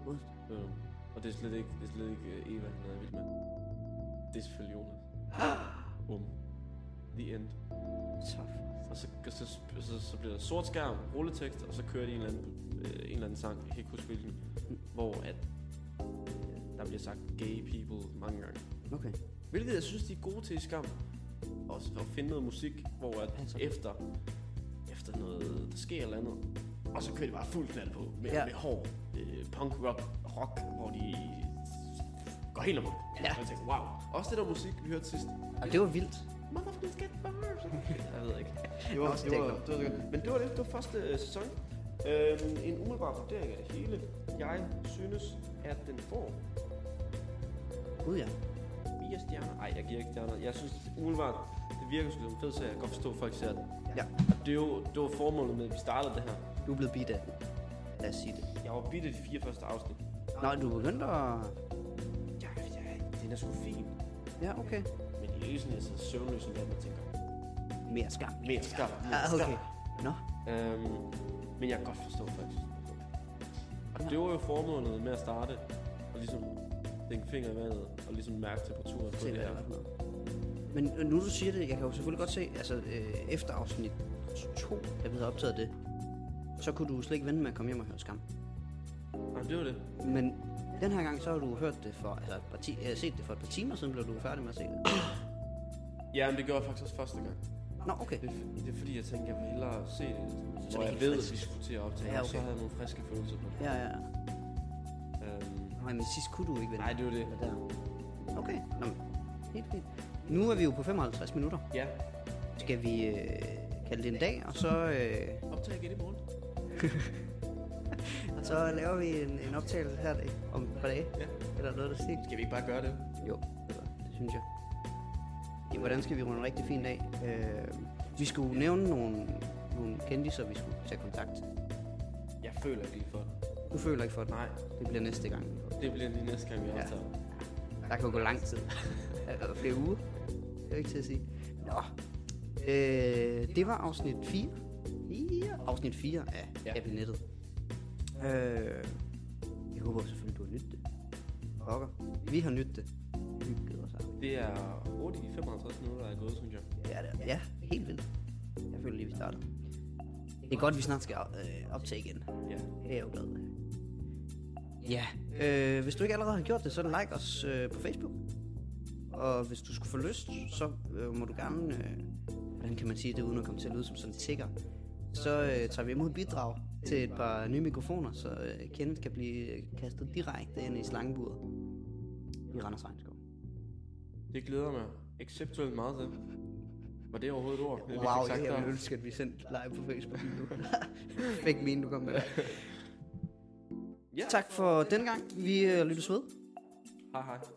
Speaker 1: jo, jo. Og det er slet ikke, det er slet ikke øh, Eva, han er vild med. Det er selvfølgelig Jonas.
Speaker 2: [gasps]
Speaker 1: Um. The end.
Speaker 2: Så
Speaker 1: Og så, så, så, så bliver der sort skærm, rulletekst, og så kører de en eller anden, øh, en eller anden sang, jeg kan ikke huske hvilken, hvor at, øh, der bliver sagt gay people mange gange.
Speaker 2: Okay.
Speaker 1: Hvilket jeg synes, de er gode til i skam. Også at finde noget musik, hvor at
Speaker 2: Altså.
Speaker 1: efter, efter noget, der sker eller andet, og så kører de bare fuld knald på med,
Speaker 2: Ja.
Speaker 1: ja. med hård øh, punk rock, rock, hvor de går helt amok.
Speaker 2: Ja.
Speaker 1: Og jeg tænker, wow. Også det der musik, vi hørte sidst.
Speaker 2: Og det var vildt.
Speaker 1: Motherfucking get bars. [laughs] jeg ved ikke. Det
Speaker 2: Nå,
Speaker 1: var,
Speaker 2: det
Speaker 1: det var, det var,
Speaker 2: er godt.
Speaker 1: det var, godt. Men det var det, det var første øh, sæson. Øhm, en umiddelbar vurdering af det hele. Jeg synes, at den får
Speaker 2: Gud ja.
Speaker 1: 4 stjerner. Nej, jeg giver ikke stjerner. Jeg synes umiddelbart, det virker sgu som en fed serie. Jeg kan godt forstå, at folk ser den.
Speaker 2: Ja.
Speaker 1: Og det, er jo, det var formålet med, at vi startede det her.
Speaker 2: Du er blevet bidt af den. Lad os sige det.
Speaker 1: Jeg var bidt af de fire første afsnit.
Speaker 2: Nå, du begyndte at...
Speaker 1: Ja, ja, den er sgu fin.
Speaker 2: Ja, okay.
Speaker 1: Men det er ikke sådan, at jeg sidder søvnløs i natten og tænker,
Speaker 2: Mere skam.
Speaker 1: mere skam, mere
Speaker 2: Ja,
Speaker 1: skam.
Speaker 2: okay. Nå,
Speaker 1: Øhm, men jeg kan godt forstå faktisk. Og
Speaker 2: Ja.
Speaker 1: det var jo formålet med at starte, og ligesom dænke fingre i vandet, og ligesom mærke temperaturen på
Speaker 2: se
Speaker 1: det
Speaker 2: hvad
Speaker 1: her.
Speaker 2: det var for noget. Men øh, nu du siger det, jeg kan jo selvfølgelig godt se, altså øh, efter afsnit 2, da vi havde optaget det, så kunne du slet ikke vente med at komme hjem og høre skam.
Speaker 1: Nej, det var det.
Speaker 2: Men den her gang, så har du hørt det for, altså et par ti- øh, set det for et par timer siden, blev du færdig med at se det.
Speaker 1: Ja, men det gjorde jeg faktisk også første gang.
Speaker 2: Nå, okay.
Speaker 1: Det, er f- det er fordi, jeg tænkte, jeg vil hellere se det,
Speaker 2: det
Speaker 1: hvor
Speaker 2: er
Speaker 1: jeg
Speaker 2: helt
Speaker 1: ved, at
Speaker 2: frisk.
Speaker 1: vi skulle til at optage,
Speaker 2: Ja,
Speaker 1: ja, okay. og så
Speaker 2: okay.
Speaker 1: havde jeg nogle friske følelser på det.
Speaker 2: Ja, ja.
Speaker 1: Øhm,
Speaker 2: Nej, men sidst kunne du ikke vente.
Speaker 1: nej, det var det.
Speaker 2: Eller der. Okay, Nå, men helt fint. Nu er vi jo på 55 minutter.
Speaker 1: Ja,
Speaker 2: Skal vi øh, kalde det en dag, og så, øh,
Speaker 1: optag igen i morgen.
Speaker 2: og så laver vi en, en optagelse her dag, om et par dage?
Speaker 1: Ja.
Speaker 2: Eller noget, der stil?
Speaker 1: Skal vi ikke bare gøre det?
Speaker 2: Jo, det var- det synes jeg. Ja, hvordan skal vi runde en rigtig fin dag? Øh, vi skulle nævne nogle, nogle kendiser, vi skulle tage kontakt. til.
Speaker 1: Jeg føler ikke lige for det.
Speaker 2: Du føler ikke for det?
Speaker 1: Nej,
Speaker 2: Det bliver næste gang.
Speaker 1: det bliver lige næste gang, vi
Speaker 2: Ja.
Speaker 1: optager.
Speaker 2: Der kan jo gå lang tid. Eller flere uger. Det er jo ikke til at sige. Nå. Øh, det var afsnit 4. 4. Afsnit 4 af
Speaker 1: Ja.
Speaker 2: ja. kabinettet. Øh, jeg håber selvfølgelig, du har nyttet det. For pokker. Vi har nydt det. Hygget os her.
Speaker 1: Det er 8 i 55 minutter, der er gået, synes jeg.
Speaker 2: Ja, det er, ja, helt vildt. Jeg føler lige, vi starter. Det er godt, vi snart skal øh, optage igen.
Speaker 1: Ja.
Speaker 2: Det er jeg jo glad ved. Ja, øh, hvis du ikke allerede har gjort det, så like os øh, på Facebook. Og hvis du skulle få lyst, så øh, må du gerne, øh, hvordan kan man sige det, uden at komme til at lyde som sådan en tigger, så øh, tager vi imod bidrag til et par nye mikrofoner, så øh, Kenneth kan blive øh, kastet direkte ind i slangeburet i Randers Regnskov.
Speaker 1: Det glæder mig exceptionelt meget til. Var det overhovedet et ord? Det, vi fik
Speaker 2: Wow, jeg
Speaker 1: sagt
Speaker 2: ville
Speaker 1: der?
Speaker 2: ønske, at vi sendte live på Facebook lige nu. [laughs] Fik min, du kom med.
Speaker 1: Ja.
Speaker 2: Tak for den gang. Vi øh, lyttes ved.
Speaker 1: Hej hej.